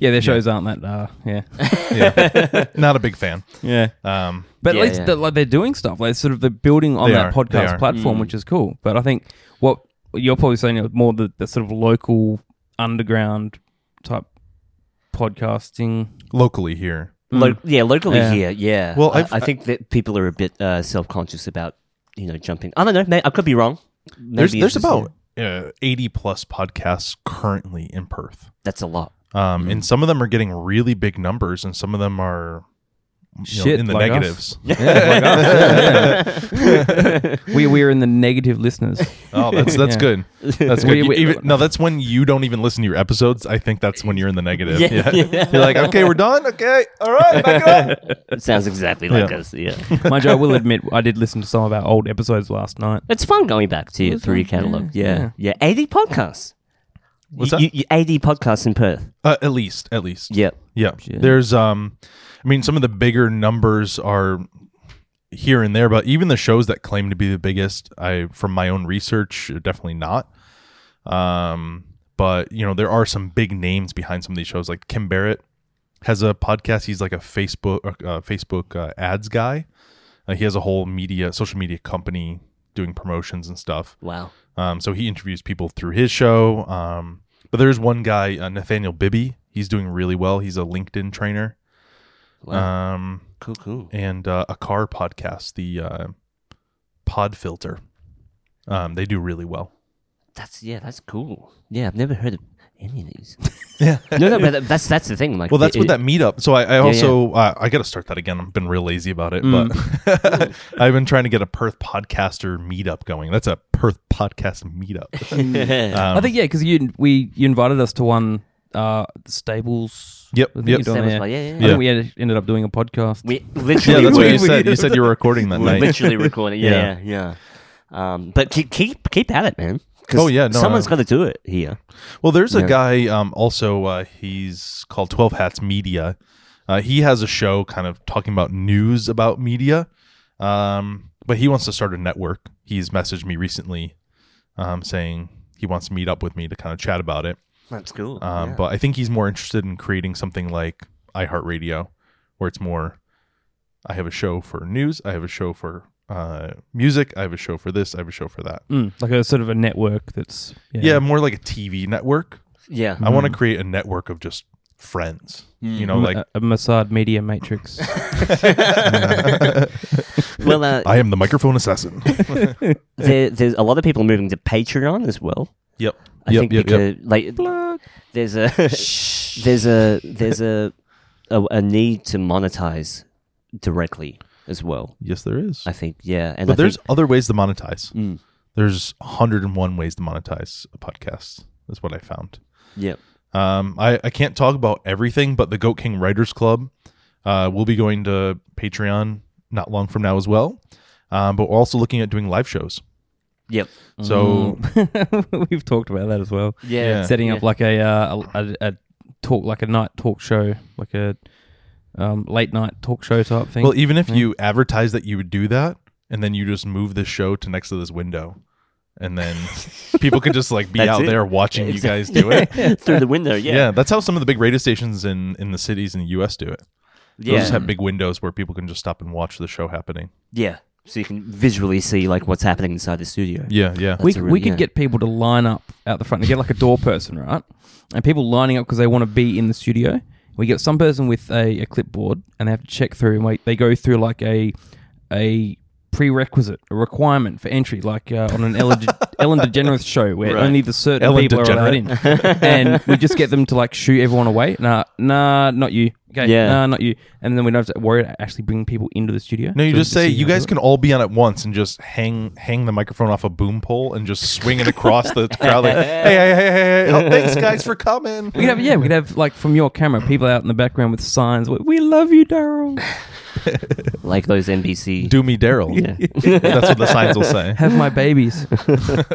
[SPEAKER 3] yeah, their shows aren't that. Uh, yeah,
[SPEAKER 2] Yeah, not a big fan.
[SPEAKER 3] yeah.
[SPEAKER 2] Um,
[SPEAKER 3] But
[SPEAKER 1] Yeah,
[SPEAKER 3] at least
[SPEAKER 1] yeah.
[SPEAKER 3] they're, like they're doing stuff. Like sort of they're building on
[SPEAKER 2] They
[SPEAKER 3] that
[SPEAKER 2] are, they
[SPEAKER 3] podcast
[SPEAKER 2] are.
[SPEAKER 3] platform,
[SPEAKER 1] Mm.
[SPEAKER 3] which is cool. But I think what you're probably saying is more the, the sort of local underground type podcasting.
[SPEAKER 2] locally here,
[SPEAKER 1] Lo- yeah, locally
[SPEAKER 3] Yeah.
[SPEAKER 1] here. Yeah.
[SPEAKER 2] Hmm. Well,
[SPEAKER 1] Well, I,
[SPEAKER 2] I've-
[SPEAKER 1] I think that people are a bit uh, self-conscious about you know jumping. I don't know. May, I could be wrong.
[SPEAKER 2] there's
[SPEAKER 1] Maybe it's
[SPEAKER 2] there's
[SPEAKER 1] just-
[SPEAKER 2] about uh, eighty plus podcasts currently in Perth,
[SPEAKER 1] that's a lot.
[SPEAKER 2] um,
[SPEAKER 3] Mm.
[SPEAKER 2] and some of them are getting really big numbers, and some of them are you know,
[SPEAKER 3] Shit,
[SPEAKER 2] in the
[SPEAKER 3] like us.
[SPEAKER 2] negatives.
[SPEAKER 3] we we're in the negative listeners.
[SPEAKER 2] Oh, that's that's
[SPEAKER 3] Yeah.
[SPEAKER 2] good. That's good.
[SPEAKER 3] We-
[SPEAKER 2] You
[SPEAKER 3] we-
[SPEAKER 2] even- no, that's when you don't even listen to your episodes. I think that's when you're in the negative.
[SPEAKER 1] Yeah, yeah.
[SPEAKER 2] You're like, okay, we're done. Okay, all right, back up.
[SPEAKER 1] It sounds exactly like
[SPEAKER 2] Yeah.
[SPEAKER 1] us. Yeah.
[SPEAKER 3] Mind you, I will admit I did listen to some of our old episodes last night.
[SPEAKER 1] It's fun going back to your
[SPEAKER 3] was
[SPEAKER 1] three
[SPEAKER 3] fun,
[SPEAKER 1] catalog.
[SPEAKER 3] yeah,
[SPEAKER 1] Yeah, yeah, eighty podcasts.
[SPEAKER 2] What's
[SPEAKER 1] You-
[SPEAKER 2] that?
[SPEAKER 1] you- you- eighty podcasts in Perth.
[SPEAKER 2] Uh, at least, at least.
[SPEAKER 1] Yeah,
[SPEAKER 2] Yeah.
[SPEAKER 3] Shit.
[SPEAKER 2] There's um I mean some of the bigger numbers are here and there, but even the shows that claim to be the biggest, I from my own research, are definitely not. Um but you know, there are some big names behind some of these shows like Kim Barrett has a podcast. He's like a Facebook uh, Facebook uh, ads guy. Uh, he has a whole media social media company doing promotions and stuff.
[SPEAKER 1] wow.
[SPEAKER 2] Um, so he interviews people through his show. Um, but there's one guy, uh, Nathaniel Bibby. He's doing really well. He's a LinkedIn trainer.
[SPEAKER 1] Wow.
[SPEAKER 2] Um,
[SPEAKER 1] Cool, cool.
[SPEAKER 2] and uh, a car podcast, the uh, Pod Filter. Um, they do really well.
[SPEAKER 1] That's yeah, that's cool. Yeah, I've never heard of any of these.
[SPEAKER 2] Yeah.
[SPEAKER 1] No, no, but that- that's that's the thing. Like,
[SPEAKER 2] Well, that's
[SPEAKER 1] it-
[SPEAKER 2] what that meetup. So I, I
[SPEAKER 1] yeah.
[SPEAKER 2] also Uh, I got to start that again. I've been real lazy about it, but
[SPEAKER 1] Mm.
[SPEAKER 2] I've been trying to get a Perth podcaster meetup going. That's a Perth podcast meetup. Um,
[SPEAKER 3] I think yeah, because you we you invited us to one uh stables.
[SPEAKER 2] Yep,
[SPEAKER 3] I think
[SPEAKER 2] yep.
[SPEAKER 3] you done
[SPEAKER 1] Stables,
[SPEAKER 3] there.
[SPEAKER 1] like, yeah, yeah,
[SPEAKER 3] I
[SPEAKER 1] yeah.
[SPEAKER 3] think we ended- ended up doing a podcast.
[SPEAKER 1] we
[SPEAKER 2] yeah,
[SPEAKER 1] literally
[SPEAKER 2] that's what
[SPEAKER 1] were,
[SPEAKER 2] you said. You said you were recording that
[SPEAKER 1] we're
[SPEAKER 2] night.
[SPEAKER 1] literally recording.
[SPEAKER 2] Yeah.
[SPEAKER 1] Yeah, yeah. Um, but keep keep keep at it, man. 'Cause
[SPEAKER 2] Oh, yeah, no,
[SPEAKER 1] someone's
[SPEAKER 2] no.
[SPEAKER 1] got to do it here.
[SPEAKER 2] Well, there's a
[SPEAKER 3] Yeah.
[SPEAKER 2] guy um, also. Uh, he's called Twelve Hats Media. Uh, he has a show kind of talking about news about media, um, but he wants to start a network. He's messaged me recently um, saying he wants to meet up with me to kind of chat about it.
[SPEAKER 1] That's cool.
[SPEAKER 2] Um,
[SPEAKER 1] yeah.
[SPEAKER 2] But I think he's more interested in creating something like iHeartRadio, where it's more I have a show for news, I have a show for uh, music, I have a show for this, I have a show for that.
[SPEAKER 3] Mm, like a sort of a network that's
[SPEAKER 2] Yeah, more like a TV network.
[SPEAKER 1] yeah,
[SPEAKER 2] I want to create a network of just friends. You
[SPEAKER 1] Hmm.
[SPEAKER 2] know, like
[SPEAKER 3] Mm, a, a Mossad Media Matrix.
[SPEAKER 1] well, uh,
[SPEAKER 2] I am the microphone assassin.
[SPEAKER 1] there, there's a lot of people moving to Patreon as well.
[SPEAKER 2] yep.
[SPEAKER 1] I
[SPEAKER 2] yep.
[SPEAKER 1] think
[SPEAKER 2] yep.
[SPEAKER 1] because like there's a there's a there's a, a a need to monetize directly as well.
[SPEAKER 2] Yes, there is.
[SPEAKER 1] I think yeah, and
[SPEAKER 2] but
[SPEAKER 1] I
[SPEAKER 2] there's
[SPEAKER 1] think,
[SPEAKER 2] other ways to monetize.
[SPEAKER 1] Mm.
[SPEAKER 2] There's 101 ways to monetize a podcast. Is what I found.
[SPEAKER 1] yeah
[SPEAKER 2] Um, I, I can't talk about everything, but the Goat King Writers Club uh, will be going to Patreon not long from now as well. Um, but we're also looking at doing live shows.
[SPEAKER 1] yep Hmm.
[SPEAKER 2] So
[SPEAKER 3] We've talked about that as well.
[SPEAKER 1] yeah,
[SPEAKER 3] Setting up
[SPEAKER 1] yeah.
[SPEAKER 3] like a, uh, a, a a talk like a night talk show, like a um, late night talk show type thing.
[SPEAKER 2] Well, even if you advertise that you would do that, and then you just move the show to next to this window, and then people could just like be
[SPEAKER 1] That's
[SPEAKER 2] out
[SPEAKER 1] it.
[SPEAKER 2] there watching you guys do it.
[SPEAKER 1] through the window.
[SPEAKER 2] Yeah.
[SPEAKER 1] Yeah,
[SPEAKER 2] that's how some of the big radio stations in in the cities in the U.S. do it. They'll
[SPEAKER 1] yeah,
[SPEAKER 2] just have big windows where people can just stop and watch the show happening.
[SPEAKER 1] yeah. So you can visually see like what's happening inside the studio.
[SPEAKER 2] Yeah, yeah.
[SPEAKER 3] we,
[SPEAKER 1] That's a
[SPEAKER 3] we
[SPEAKER 1] really-
[SPEAKER 3] could
[SPEAKER 1] yeah.
[SPEAKER 3] get people to line up out the front and get like a door person, right? And people lining up because they want to be in the studio. We get some person with a, a clipboard and they have to check through and wait. They go through like a a prerequisite, a requirement for entry, like uh, on an Ellen, De- Ellen DeGeneres show where
[SPEAKER 1] Right.
[SPEAKER 3] only the certain
[SPEAKER 2] Ellen
[SPEAKER 3] people are allowed in. and we just get them to like shoo everyone away. Nah, nah, not you. Okay,
[SPEAKER 1] Yeah.
[SPEAKER 3] nah, not you. And then we don't have to worry about actually bringing people into the studio.
[SPEAKER 2] No, you
[SPEAKER 3] So we
[SPEAKER 2] just say
[SPEAKER 3] see
[SPEAKER 2] you
[SPEAKER 3] how
[SPEAKER 2] guys
[SPEAKER 3] to do
[SPEAKER 2] can all be on at once and just hang hang the microphone off a boom pole and just swing it across the crowd. Like, hey, hey, hey, hey, hey! Oh, thanks guys for coming.
[SPEAKER 3] it. We could have yeah, we could have like from your camera people out in the background with signs. like, We love you, Daryl.
[SPEAKER 1] like those NBC.
[SPEAKER 2] Do me Daryl.
[SPEAKER 1] yeah.
[SPEAKER 2] That's what the signs will say.
[SPEAKER 3] Have my babies,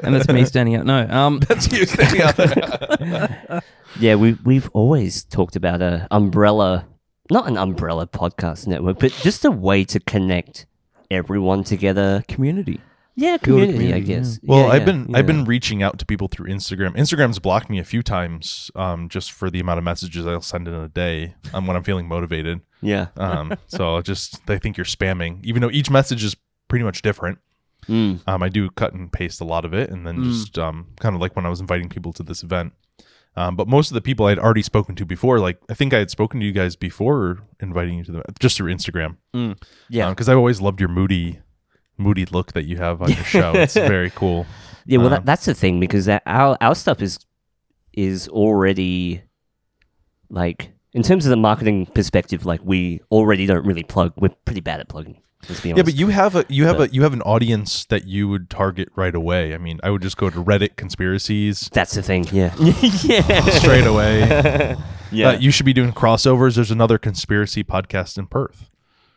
[SPEAKER 3] and that's me standing out. No, um,
[SPEAKER 2] That's you standing out there.
[SPEAKER 1] yeah, we we've always talked about a umbrella, not an umbrella podcast network, but just a way to connect everyone together.
[SPEAKER 3] community.
[SPEAKER 1] Yeah,
[SPEAKER 3] Build a
[SPEAKER 1] community, I
[SPEAKER 3] community,
[SPEAKER 1] guess.
[SPEAKER 2] Well,
[SPEAKER 1] Yeah,
[SPEAKER 2] I've
[SPEAKER 1] yeah,
[SPEAKER 2] been
[SPEAKER 1] yeah.
[SPEAKER 2] I've been reaching out to people through Instagram. Instagram's blocked me a few times, um, just for the amount of messages I'll send in a day um, when I'm feeling motivated.
[SPEAKER 1] yeah.
[SPEAKER 2] Um, so I'll just they think you're spamming, even though each message is pretty much different.
[SPEAKER 1] Mm.
[SPEAKER 2] Um, I do cut and paste a lot of it, and then
[SPEAKER 3] Mm.
[SPEAKER 2] just um, kind of like when I was inviting people to this event. Um, but most of the people I'd already spoken to before, like I think I had spoken to you guys before inviting you to the just through Instagram.
[SPEAKER 1] Mm. Yeah.
[SPEAKER 2] because I've always loved your moody, moody look that you have on your show. It's very cool.
[SPEAKER 1] Yeah, well,
[SPEAKER 2] Um,
[SPEAKER 1] that, that's the thing because that our our stuff is is already like in terms of the marketing perspective, like we already don't really plug. We're pretty bad at plugging. Let's be
[SPEAKER 2] Yeah,
[SPEAKER 1] honest.
[SPEAKER 2] but you have a you have
[SPEAKER 1] But-
[SPEAKER 2] a you have an audience that you would target right away. I mean, I would just go to Reddit conspiracies
[SPEAKER 1] that's the thing. Yeah, yeah,
[SPEAKER 2] straight away.
[SPEAKER 1] yeah.
[SPEAKER 2] Uh, you should be doing crossovers. There's another conspiracy podcast in Perth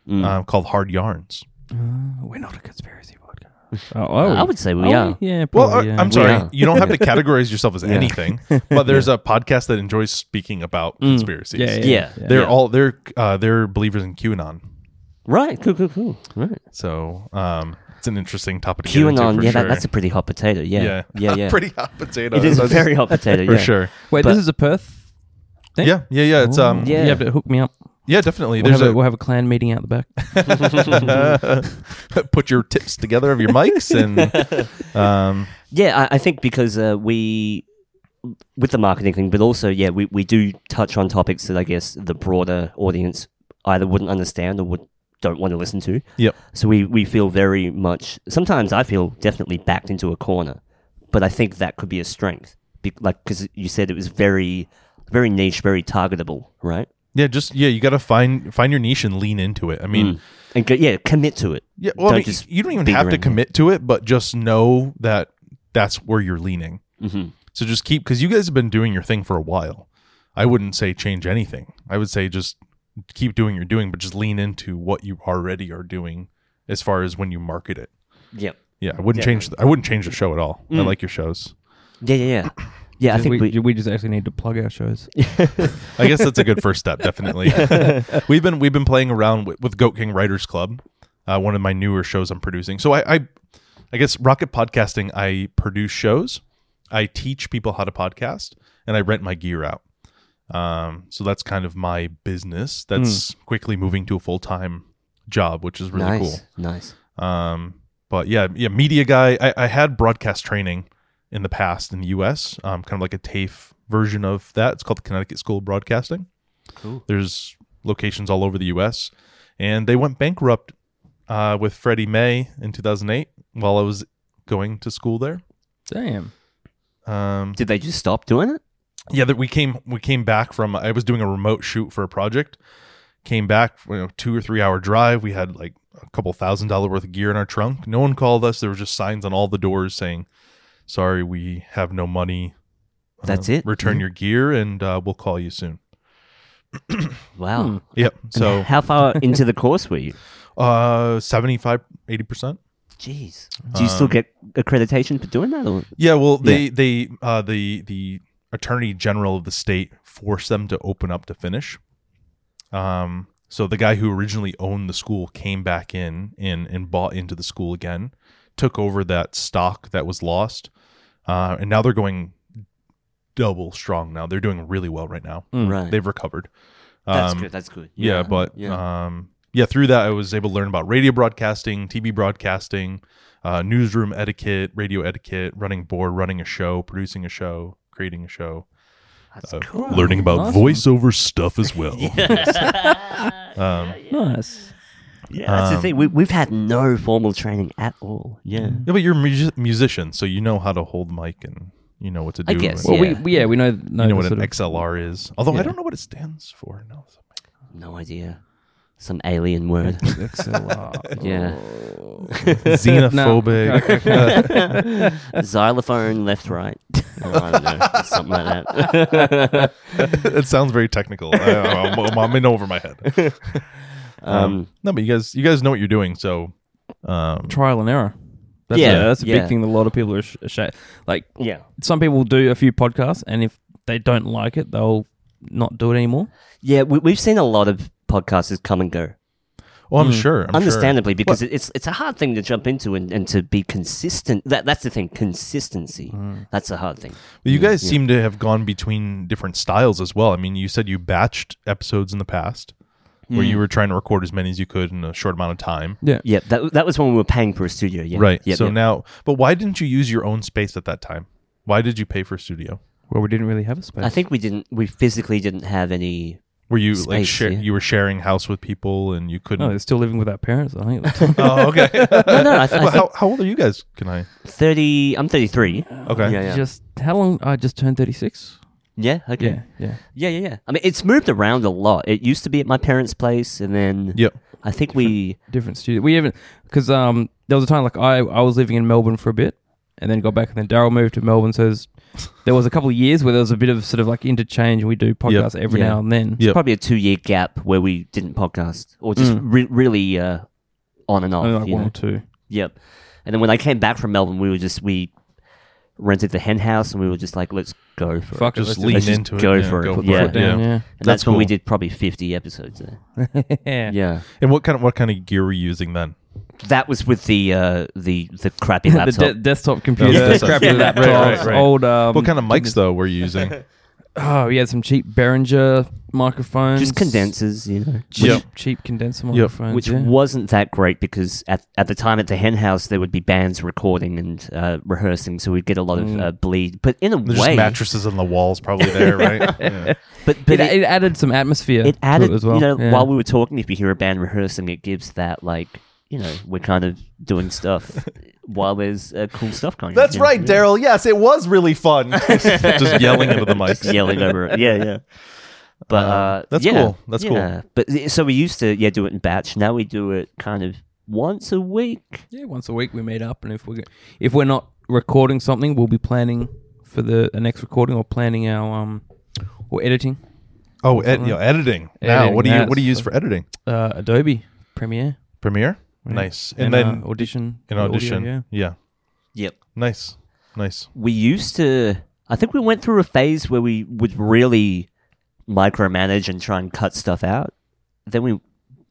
[SPEAKER 1] Mm.
[SPEAKER 2] uh, called Hard Yarns.
[SPEAKER 3] We're not a conspiracy podcast. Oh, oh.
[SPEAKER 1] I would say we
[SPEAKER 3] Oh,
[SPEAKER 1] are.
[SPEAKER 3] Yeah, probably,
[SPEAKER 2] Well, uh,
[SPEAKER 3] yeah.
[SPEAKER 2] I'm sorry,
[SPEAKER 1] are.
[SPEAKER 2] you don't have to categorize yourself as anything, but there's a podcast that enjoys speaking about conspiracies.
[SPEAKER 3] Yeah, yeah,
[SPEAKER 1] Mm. Yeah.
[SPEAKER 3] yeah.
[SPEAKER 2] They're all they're uh, they're believers in QAnon,
[SPEAKER 1] Right. Cool. Cool. Cool. Right.
[SPEAKER 2] so um, it's an interesting topic. To get into
[SPEAKER 1] QAnon.
[SPEAKER 2] for
[SPEAKER 1] Yeah,
[SPEAKER 2] sure.
[SPEAKER 1] that, that's a pretty hot potato. Yeah. Yeah. Yeah.
[SPEAKER 2] pretty hot potato.
[SPEAKER 1] It is a
[SPEAKER 2] That's-
[SPEAKER 1] very hot potato.
[SPEAKER 2] for
[SPEAKER 1] yeah.
[SPEAKER 2] sure.
[SPEAKER 3] Wait,
[SPEAKER 1] But-
[SPEAKER 3] this is a Perth.
[SPEAKER 1] Eh?
[SPEAKER 3] Thing?
[SPEAKER 2] Yeah, yeah, yeah. It's um,
[SPEAKER 1] Yeah.
[SPEAKER 3] You have to hook me up.
[SPEAKER 2] Yeah, definitely.
[SPEAKER 3] We'll
[SPEAKER 2] There's
[SPEAKER 3] have, a,
[SPEAKER 2] a,
[SPEAKER 3] we'll have a clan meeting out the back.
[SPEAKER 2] put your tips together of your mics and um,
[SPEAKER 1] Yeah, I, I think because uh, we, with the marketing thing, but also, yeah, we, we do touch on topics that I guess the broader audience either wouldn't understand or would don't want to listen to.
[SPEAKER 2] Yep.
[SPEAKER 1] So we, we feel very much, sometimes I feel definitely backed into a corner, but I think that could be a strength. Be, like, because you said it was very, very niche, very targetable, right?
[SPEAKER 2] yeah, just yeah, you got to find find your niche and lean into it. I mean,
[SPEAKER 1] Mm. And go, yeah, commit to it.
[SPEAKER 2] yeah, well, I
[SPEAKER 1] Don't
[SPEAKER 2] mean,
[SPEAKER 1] just
[SPEAKER 2] you don't even
[SPEAKER 1] be
[SPEAKER 2] have to
[SPEAKER 1] around it.
[SPEAKER 2] commit to it, but just know that that's where you're leaning.
[SPEAKER 1] hmm
[SPEAKER 2] So just keep because you guys have been doing your thing for a while. I wouldn't say change anything. I would say just keep doing your doing, but just lean into what you already are doing as far as when you market it.
[SPEAKER 1] Yep.
[SPEAKER 2] Yeah, I wouldn't change. I wouldn't change the show at all.
[SPEAKER 1] Mm.
[SPEAKER 2] I like your shows.
[SPEAKER 1] Yeah, yeah, yeah. Yeah, I think
[SPEAKER 3] we,
[SPEAKER 1] we,
[SPEAKER 3] we just actually need to plug our shows.
[SPEAKER 2] I guess that's a good first step, definitely. we've been we've been playing around with, with Goat King Writers Club, uh, one of my newer shows I'm producing. So I, I, I guess Rocket Podcasting, I produce shows, I teach people how to podcast, and I rent my gear out. Um, so that's kind of my business. That's quickly moving to a full time job, which is really
[SPEAKER 1] nice,
[SPEAKER 2] cool.
[SPEAKER 1] nice.
[SPEAKER 2] Um, but yeah, yeah, media guy. I, I had broadcast training in the past in the U.S. Um, kind of like a TAFE version of that. It's called the Connecticut School of Broadcasting.
[SPEAKER 1] Cool.
[SPEAKER 2] There's locations all over the U.S. and they went bankrupt uh, with Freddie May in 2008 while I was going to school there.
[SPEAKER 3] Damn.
[SPEAKER 2] Um,
[SPEAKER 1] Did they just stop doing it?
[SPEAKER 2] yeah that we came we came back from i was doing a remote shoot for a project came back you know two or three hour drive we had like a couple thousand dollar worth of gear in our trunk no one called us there were just signs on all the doors saying sorry we have no money Uh,
[SPEAKER 1] That's it? Mm-hmm.
[SPEAKER 2] return your gear and uh, we'll call you soon
[SPEAKER 1] Wow.
[SPEAKER 3] Hmm.
[SPEAKER 2] yep so
[SPEAKER 1] How far into the course were you?
[SPEAKER 2] uh 75 80 percent
[SPEAKER 1] Jeez. Do you
[SPEAKER 2] Um,
[SPEAKER 1] still get accreditation for doing that? Or?
[SPEAKER 2] yeah well they they uh the the attorney general of the state forced them to open up to finish um so the guy who originally owned the school came back in and and bought into the school again took over that stock that was lost uh and now they're going double strong now they're doing really well right now
[SPEAKER 1] Right.
[SPEAKER 2] they've recovered
[SPEAKER 1] that's
[SPEAKER 2] Hmm. Um,
[SPEAKER 1] good. That's good.
[SPEAKER 2] yeah, but um yeah through that i was able to learn about radio broadcasting tv broadcasting uh, newsroom etiquette radio etiquette running board running a show producing a show creating a show
[SPEAKER 1] that's
[SPEAKER 2] uh,
[SPEAKER 1] cool.
[SPEAKER 2] learning about
[SPEAKER 3] Awesome.
[SPEAKER 2] voiceover stuff as well um,
[SPEAKER 3] Nice.
[SPEAKER 1] Yeah, that's the
[SPEAKER 2] um,
[SPEAKER 1] thing. We, we've had no formal training at all. Yeah.
[SPEAKER 2] yeah but you're a mu- musician so you know how to hold mic and you know what to do
[SPEAKER 1] I guess,
[SPEAKER 2] and
[SPEAKER 3] Well, we,
[SPEAKER 1] Yeah.
[SPEAKER 3] we yeah we know know,
[SPEAKER 2] you
[SPEAKER 3] the
[SPEAKER 2] know what
[SPEAKER 3] sort
[SPEAKER 2] an
[SPEAKER 3] of-
[SPEAKER 2] xlr is although
[SPEAKER 3] Yeah.
[SPEAKER 2] i don't know what it stands for no
[SPEAKER 1] No idea. Some alien word.
[SPEAKER 3] XLR.
[SPEAKER 1] Yeah.
[SPEAKER 2] xenophobic
[SPEAKER 1] Xylophone, left, right. Oh, I don't know. Something like that.
[SPEAKER 2] it sounds very technical I, I'm, I'm in over my head
[SPEAKER 1] Um,
[SPEAKER 2] no, but you guys, you guys know what you're doing. So, um,
[SPEAKER 3] Trial and error. That's
[SPEAKER 1] Yeah,
[SPEAKER 3] a, that's a
[SPEAKER 1] yeah.
[SPEAKER 3] big thing that a lot of people are sh- ashamed. Like
[SPEAKER 1] yeah.
[SPEAKER 3] some people do a few podcasts, and if they don't like it, they'll not do it anymore.
[SPEAKER 1] Yeah, we, we've seen a lot of podcasters come and go.
[SPEAKER 2] well,
[SPEAKER 1] mm,
[SPEAKER 2] oh, I'm sure. I'm sure.
[SPEAKER 1] understandably because it it's it's a hard thing to jump into and, and to be consistent that that's the thing consistency
[SPEAKER 2] Mm.
[SPEAKER 1] that's a hard thing
[SPEAKER 2] But you guys seem to have gone between different styles as well. I mean, you said you batched episodes in the past where
[SPEAKER 1] Mm.
[SPEAKER 2] you were trying to record as many as you could in a short amount of time.
[SPEAKER 3] Yeah.
[SPEAKER 1] yeah that, that was when we were paying for a studio yeah
[SPEAKER 2] Right.
[SPEAKER 1] yeah,
[SPEAKER 2] so
[SPEAKER 1] yeah.
[SPEAKER 2] now, but why didn't you use your own space at that time? Why did you pay for a studio?
[SPEAKER 3] Well, we didn't really have a space.
[SPEAKER 1] I think we didn't we physically didn't have any
[SPEAKER 2] Were you like
[SPEAKER 1] Space,
[SPEAKER 2] share,
[SPEAKER 1] yeah.
[SPEAKER 2] you were sharing house with people and you
[SPEAKER 3] no,
[SPEAKER 2] couldn't?
[SPEAKER 3] they're still living with our parents. I think.
[SPEAKER 2] oh, okay.
[SPEAKER 1] no no I, th- I
[SPEAKER 2] well,
[SPEAKER 1] think
[SPEAKER 2] how, how old are you guys? Can I?
[SPEAKER 1] 30 I'm 33
[SPEAKER 2] Okay.
[SPEAKER 1] yeah yeah
[SPEAKER 3] Just how long? I just turned thirty six.
[SPEAKER 1] yeah okay
[SPEAKER 3] Yeah, yeah.
[SPEAKER 1] yeah yeah yeah I mean it's moved around a lot it used to be at my parents place and then
[SPEAKER 2] Yep.
[SPEAKER 1] I think we
[SPEAKER 3] Different studio. We even because um there was a time like I I was living in Melbourne for a bit, and then got back, and then Daryl moved to Melbourne. So there's- there was a couple of years where there was a bit of sort of like interchange, and we do podcasts every
[SPEAKER 1] Yeah.
[SPEAKER 3] now and then.
[SPEAKER 2] Yep. Mm.
[SPEAKER 1] probably a two year gap where we didn't podcast or just re- really uh, on and off
[SPEAKER 3] Only like
[SPEAKER 1] you
[SPEAKER 3] one
[SPEAKER 1] know?
[SPEAKER 3] or two.
[SPEAKER 1] Yep. And then when I came back from Melbourne, we were just we rented the hen house and we were just like, let's go for
[SPEAKER 3] Fuck
[SPEAKER 1] it.
[SPEAKER 3] it,
[SPEAKER 2] Just
[SPEAKER 3] let's
[SPEAKER 2] lean
[SPEAKER 1] just
[SPEAKER 2] into
[SPEAKER 1] go
[SPEAKER 2] it.
[SPEAKER 1] for it.
[SPEAKER 2] go
[SPEAKER 1] Yeah.
[SPEAKER 3] Put it down, yeah.
[SPEAKER 1] And that's,
[SPEAKER 2] That's
[SPEAKER 1] when we
[SPEAKER 2] cool.
[SPEAKER 1] did probably fifty episodes there.
[SPEAKER 3] yeah.
[SPEAKER 1] Yeah.
[SPEAKER 2] And what kind of what kind of gear were you using then?
[SPEAKER 1] That was with the uh the the crappy
[SPEAKER 3] the
[SPEAKER 1] laptop.
[SPEAKER 3] de- desktop computer,
[SPEAKER 2] Yeah,
[SPEAKER 3] the
[SPEAKER 2] desktop
[SPEAKER 3] crappy
[SPEAKER 2] computer.
[SPEAKER 3] laptops,
[SPEAKER 2] Right, right, right.
[SPEAKER 3] old. Um,
[SPEAKER 2] What kind of mics though were you using?
[SPEAKER 3] Oh, we had some cheap Behringer microphones,
[SPEAKER 1] just condensers, you know.
[SPEAKER 3] cheap,
[SPEAKER 2] Yep.
[SPEAKER 3] cheap condenser
[SPEAKER 2] Yep.
[SPEAKER 3] microphones.
[SPEAKER 1] Which
[SPEAKER 3] yeah.
[SPEAKER 1] wasn't that great because at, at the time at the hen house there would be bands recording and uh, rehearsing, so we'd get a lot of
[SPEAKER 3] Mm.
[SPEAKER 1] uh, bleed. But in a
[SPEAKER 2] There's
[SPEAKER 1] way,
[SPEAKER 2] just mattresses on the walls probably there, right? Yeah.
[SPEAKER 1] but but
[SPEAKER 3] It, it added some atmosphere.
[SPEAKER 1] it added
[SPEAKER 3] to it as well.
[SPEAKER 1] you know
[SPEAKER 3] yeah.
[SPEAKER 1] while we were talking if you hear a band rehearsing it gives that like you know we're kind of doing stuff while there's uh, cool stuff going on you know? Yeah.
[SPEAKER 2] Daryl. Yes, it was really fun. just yelling into the mic.
[SPEAKER 1] Just yelling over it yeah yeah but
[SPEAKER 2] Uh,
[SPEAKER 1] uh,
[SPEAKER 2] that's
[SPEAKER 1] yeah,
[SPEAKER 2] cool. That's cool.
[SPEAKER 1] yeah. but so we used to yeah do it in batch now we do it kind of once a week
[SPEAKER 3] yeah, once a week we meet up, and if we if we're not recording something, we'll be planning for the, the next recording or planning our um or editing
[SPEAKER 2] Oh, ed- you know, editing. Now,
[SPEAKER 3] Editing,
[SPEAKER 2] what do you
[SPEAKER 3] yes.
[SPEAKER 2] what do you use for editing?
[SPEAKER 3] uh, Adobe Premiere.
[SPEAKER 2] Premiere. Nice. And, then
[SPEAKER 3] uh, audition,
[SPEAKER 2] in
[SPEAKER 3] the audio,
[SPEAKER 2] audition,
[SPEAKER 3] yeah.
[SPEAKER 2] yeah.
[SPEAKER 1] yep
[SPEAKER 2] nice, nice.
[SPEAKER 1] we used to i think we went through a phase where we would really micromanage and try and cut stuff out then we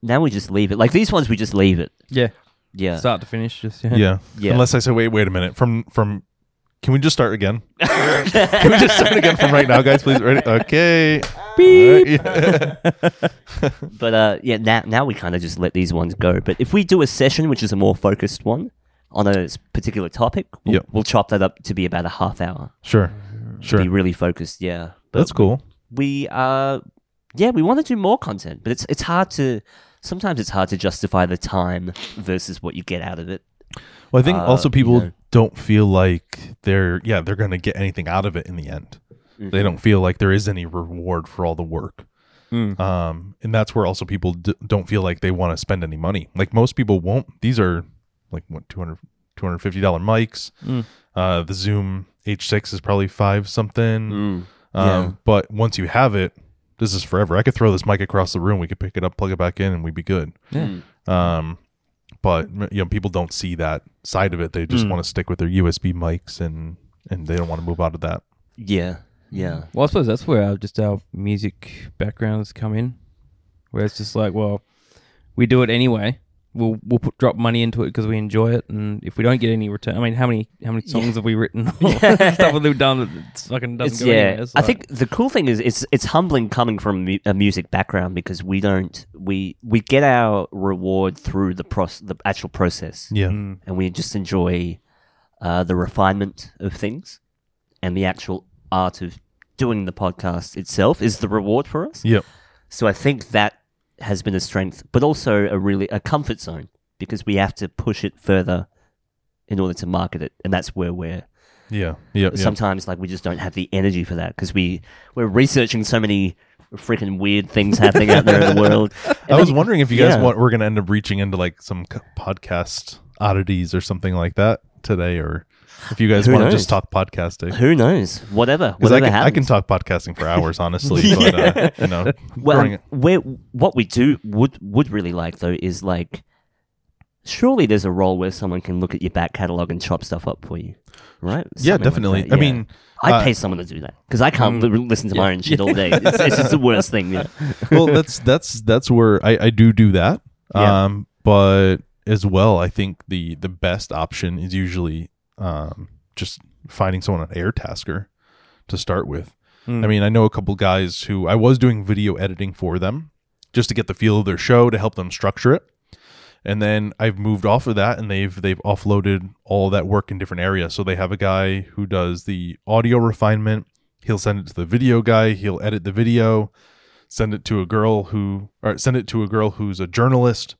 [SPEAKER 1] now we just leave it like these ones we just leave it
[SPEAKER 3] yeah,
[SPEAKER 1] yeah
[SPEAKER 3] start to finish, just yeah.
[SPEAKER 2] Yeah.
[SPEAKER 1] Yeah.
[SPEAKER 2] Unless I say, wait, wait a minute. From from, can we just start again? can we just start again from right now, guys? Please. Ready? Okay. Beep.
[SPEAKER 1] But uh, yeah, now now we kind of just let these ones go. But if we do a session, which is a more focused one on a s- particular topic, we'll,
[SPEAKER 2] Yeah.
[SPEAKER 1] we'll chop that up to be about a half hour.
[SPEAKER 2] Sure. Sure.
[SPEAKER 1] Be really focused, yeah. But
[SPEAKER 2] That's cool.
[SPEAKER 1] we uh, yeah, we want to do more content, but it's it's hard to. Sometimes it's hard to justify the time versus what you get out of it.
[SPEAKER 2] Well, I think
[SPEAKER 1] Uh,
[SPEAKER 2] also people
[SPEAKER 1] yeah.
[SPEAKER 2] don't feel like they're yeah they're gonna get anything out of it in the end. They
[SPEAKER 1] Mm-hmm.
[SPEAKER 2] don't feel like there is any reward for all the work,
[SPEAKER 1] Hmm.
[SPEAKER 3] Mm.
[SPEAKER 2] um, and that's where also people d- don't feel like they want to spend any money. Like most people won't. These are like what 200 250 dollar mics.
[SPEAKER 3] Mm.
[SPEAKER 2] Uh, the Zoom H6 is probably five something.
[SPEAKER 1] Mm.
[SPEAKER 2] Um,
[SPEAKER 1] Yeah.
[SPEAKER 2] But once you have it, this is forever. I could throw this mic across the room. We could pick it up, plug it back in, and we'd be good.
[SPEAKER 3] Yeah.
[SPEAKER 1] Mm.
[SPEAKER 2] Um, but m- you know, people don't see that side of it. They just want to stick with their USB mics and and they don't want to move out of that.
[SPEAKER 1] Yeah, yeah,
[SPEAKER 3] Well, I suppose that's where our, just our music backgrounds come in, where it's just like, well, we do it anyway. We'll we'll put, drop money into it because we enjoy it, and if we don't get any return, I mean, how many how many songs have we written? Stuff we've done that fucking doesn't
[SPEAKER 1] It's-
[SPEAKER 3] go anywhere.
[SPEAKER 1] yeah.
[SPEAKER 3] It's
[SPEAKER 1] I
[SPEAKER 3] like-
[SPEAKER 1] think the cool thing is it's it's humbling coming from mu- a music background because we don't we we get our reward through the pros the actual process.
[SPEAKER 2] Yeah.
[SPEAKER 1] and we just enjoy uh, the refinement of things and the actual art of doing the podcast itself is the reward for us.
[SPEAKER 2] Yep.
[SPEAKER 1] So I think that has been a strength, but also a really a comfort zone because we have to push it further in order to market it, and that's where we're
[SPEAKER 2] Yeah. Yeah. yeah.
[SPEAKER 1] sometimes like we just don't have the energy for that because we we're researching so many freaking weird things happening out there in the world. And
[SPEAKER 2] I
[SPEAKER 1] then
[SPEAKER 2] was
[SPEAKER 1] you-
[SPEAKER 2] wondering if you guys
[SPEAKER 1] yeah.
[SPEAKER 2] want we're gonna end up reaching into like some c- podcast oddities or something like that today, or If you guys
[SPEAKER 1] Who
[SPEAKER 2] want to
[SPEAKER 1] knows?
[SPEAKER 2] just talk podcasting,
[SPEAKER 1] Who knows? Whatever.
[SPEAKER 2] because I
[SPEAKER 1] Whatever
[SPEAKER 2] can
[SPEAKER 1] happens.
[SPEAKER 2] I can talk podcasting for hours, honestly. But uh, you know, growing
[SPEAKER 1] Well,
[SPEAKER 2] up-
[SPEAKER 1] we what we do would would really like though is like, surely there's a role where someone can look at your back catalog and chop stuff up for you, right?
[SPEAKER 2] yeah,
[SPEAKER 1] Something like
[SPEAKER 2] definitely.
[SPEAKER 1] that,
[SPEAKER 2] I
[SPEAKER 1] yeah.
[SPEAKER 2] mean,
[SPEAKER 1] I'd
[SPEAKER 2] uh,
[SPEAKER 1] pay someone to do that because I can't
[SPEAKER 3] Mm.
[SPEAKER 1] li- listen to my own shit
[SPEAKER 3] Yeah.
[SPEAKER 1] all day. It's, it's just the worst thing. Yeah.
[SPEAKER 2] well, that's that's that's where I, I do do that.
[SPEAKER 1] Yeah.
[SPEAKER 2] Um, but as well, I think the the best option is usually um just finding someone on AirTasker to start with. I mean, I know a couple guys who I was doing video editing for them just to get the feel of their show to help them structure it. And then I've moved off of that and they've they've offloaded all that work in different areas. So they have a guy who does the audio refinement, he'll send it to the video guy, he'll edit the video, send it to a girl who or send it to a girl who's a journalist,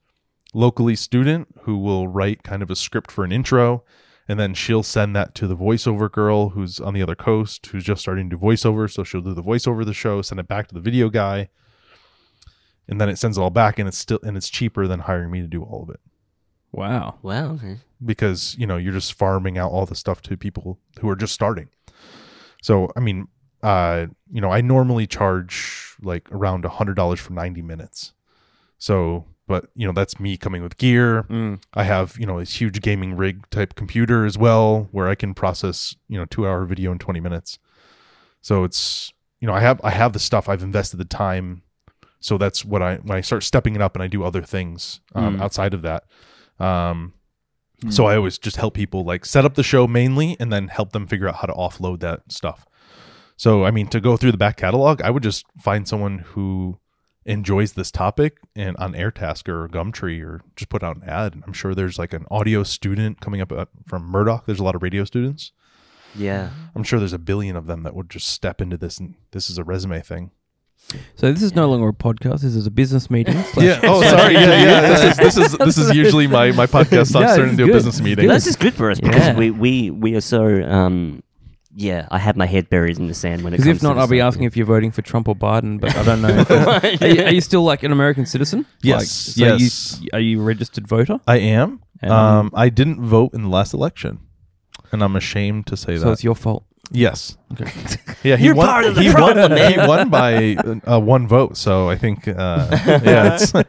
[SPEAKER 2] locally student who will write kind of a script for an intro and then she'll send that to the voiceover girl who's on the other coast who's just starting to do voiceover so she'll do the voiceover of the show send it back to the video guy and then it sends it all back and it's still and it's cheaper than hiring me to do all of it
[SPEAKER 3] wow.
[SPEAKER 1] Wow. okay.
[SPEAKER 2] because you know you're just farming out all the stuff to people who are just starting so i mean uh you know i normally charge like around a hundred dollars for 90 minutes so but you know that's me coming with gear
[SPEAKER 3] Mm.
[SPEAKER 2] I have, you know, this huge gaming rig type computer as well, where I can process, you know, two hour video in 20 minutes. So it's, you know, I have, I have the stuff I've invested the time. So that's what I, when I start stepping it up and I do other things um,
[SPEAKER 3] Mm.
[SPEAKER 2] outside of that. Um, So I always just help people like set up the show mainly and then help them figure out how to offload that stuff. So, I mean, to go through the back catalog, I would just find someone who enjoys this topic and on Airtasker or Gumtree or just put out an ad. And I'm sure there's like an audio student coming up uh, from Murdoch. There's a lot of radio students.
[SPEAKER 1] Yeah.
[SPEAKER 2] I'm sure there's a billion of them that would just step into this. And this is a resume thing.
[SPEAKER 3] So this is no longer a podcast. This is a business meeting. slash-
[SPEAKER 2] Yeah. Oh, sorry. Yeah. Yeah. This is, this is, this is usually my, my podcast. So
[SPEAKER 3] Yeah,
[SPEAKER 2] I'm starting
[SPEAKER 3] it's
[SPEAKER 2] to do a
[SPEAKER 3] good.
[SPEAKER 2] business meeting.
[SPEAKER 1] No, this is good for us because
[SPEAKER 3] Yeah.
[SPEAKER 1] we, we we are so um yeah. I have my head buried in the sand when it
[SPEAKER 3] Because
[SPEAKER 1] comes.
[SPEAKER 3] if not, I'll be asking if you're voting for Trump or Biden, but I don't know. if, uh, are, you, are you still like an American citizen?
[SPEAKER 2] Yes,
[SPEAKER 3] Like, so
[SPEAKER 2] yes.
[SPEAKER 3] You, are you a registered voter?
[SPEAKER 2] I am.
[SPEAKER 3] And-
[SPEAKER 2] um, I didn't vote in the last election, and I'm ashamed to say
[SPEAKER 3] So
[SPEAKER 2] that.
[SPEAKER 3] it's your fault.
[SPEAKER 2] yes.
[SPEAKER 3] Okay.
[SPEAKER 2] Yeah, he
[SPEAKER 1] You're
[SPEAKER 2] won.
[SPEAKER 1] part of the
[SPEAKER 2] he
[SPEAKER 1] problem,
[SPEAKER 2] won.
[SPEAKER 1] man.
[SPEAKER 2] He won by uh, one vote. So I think, uh, yeah. It's, um,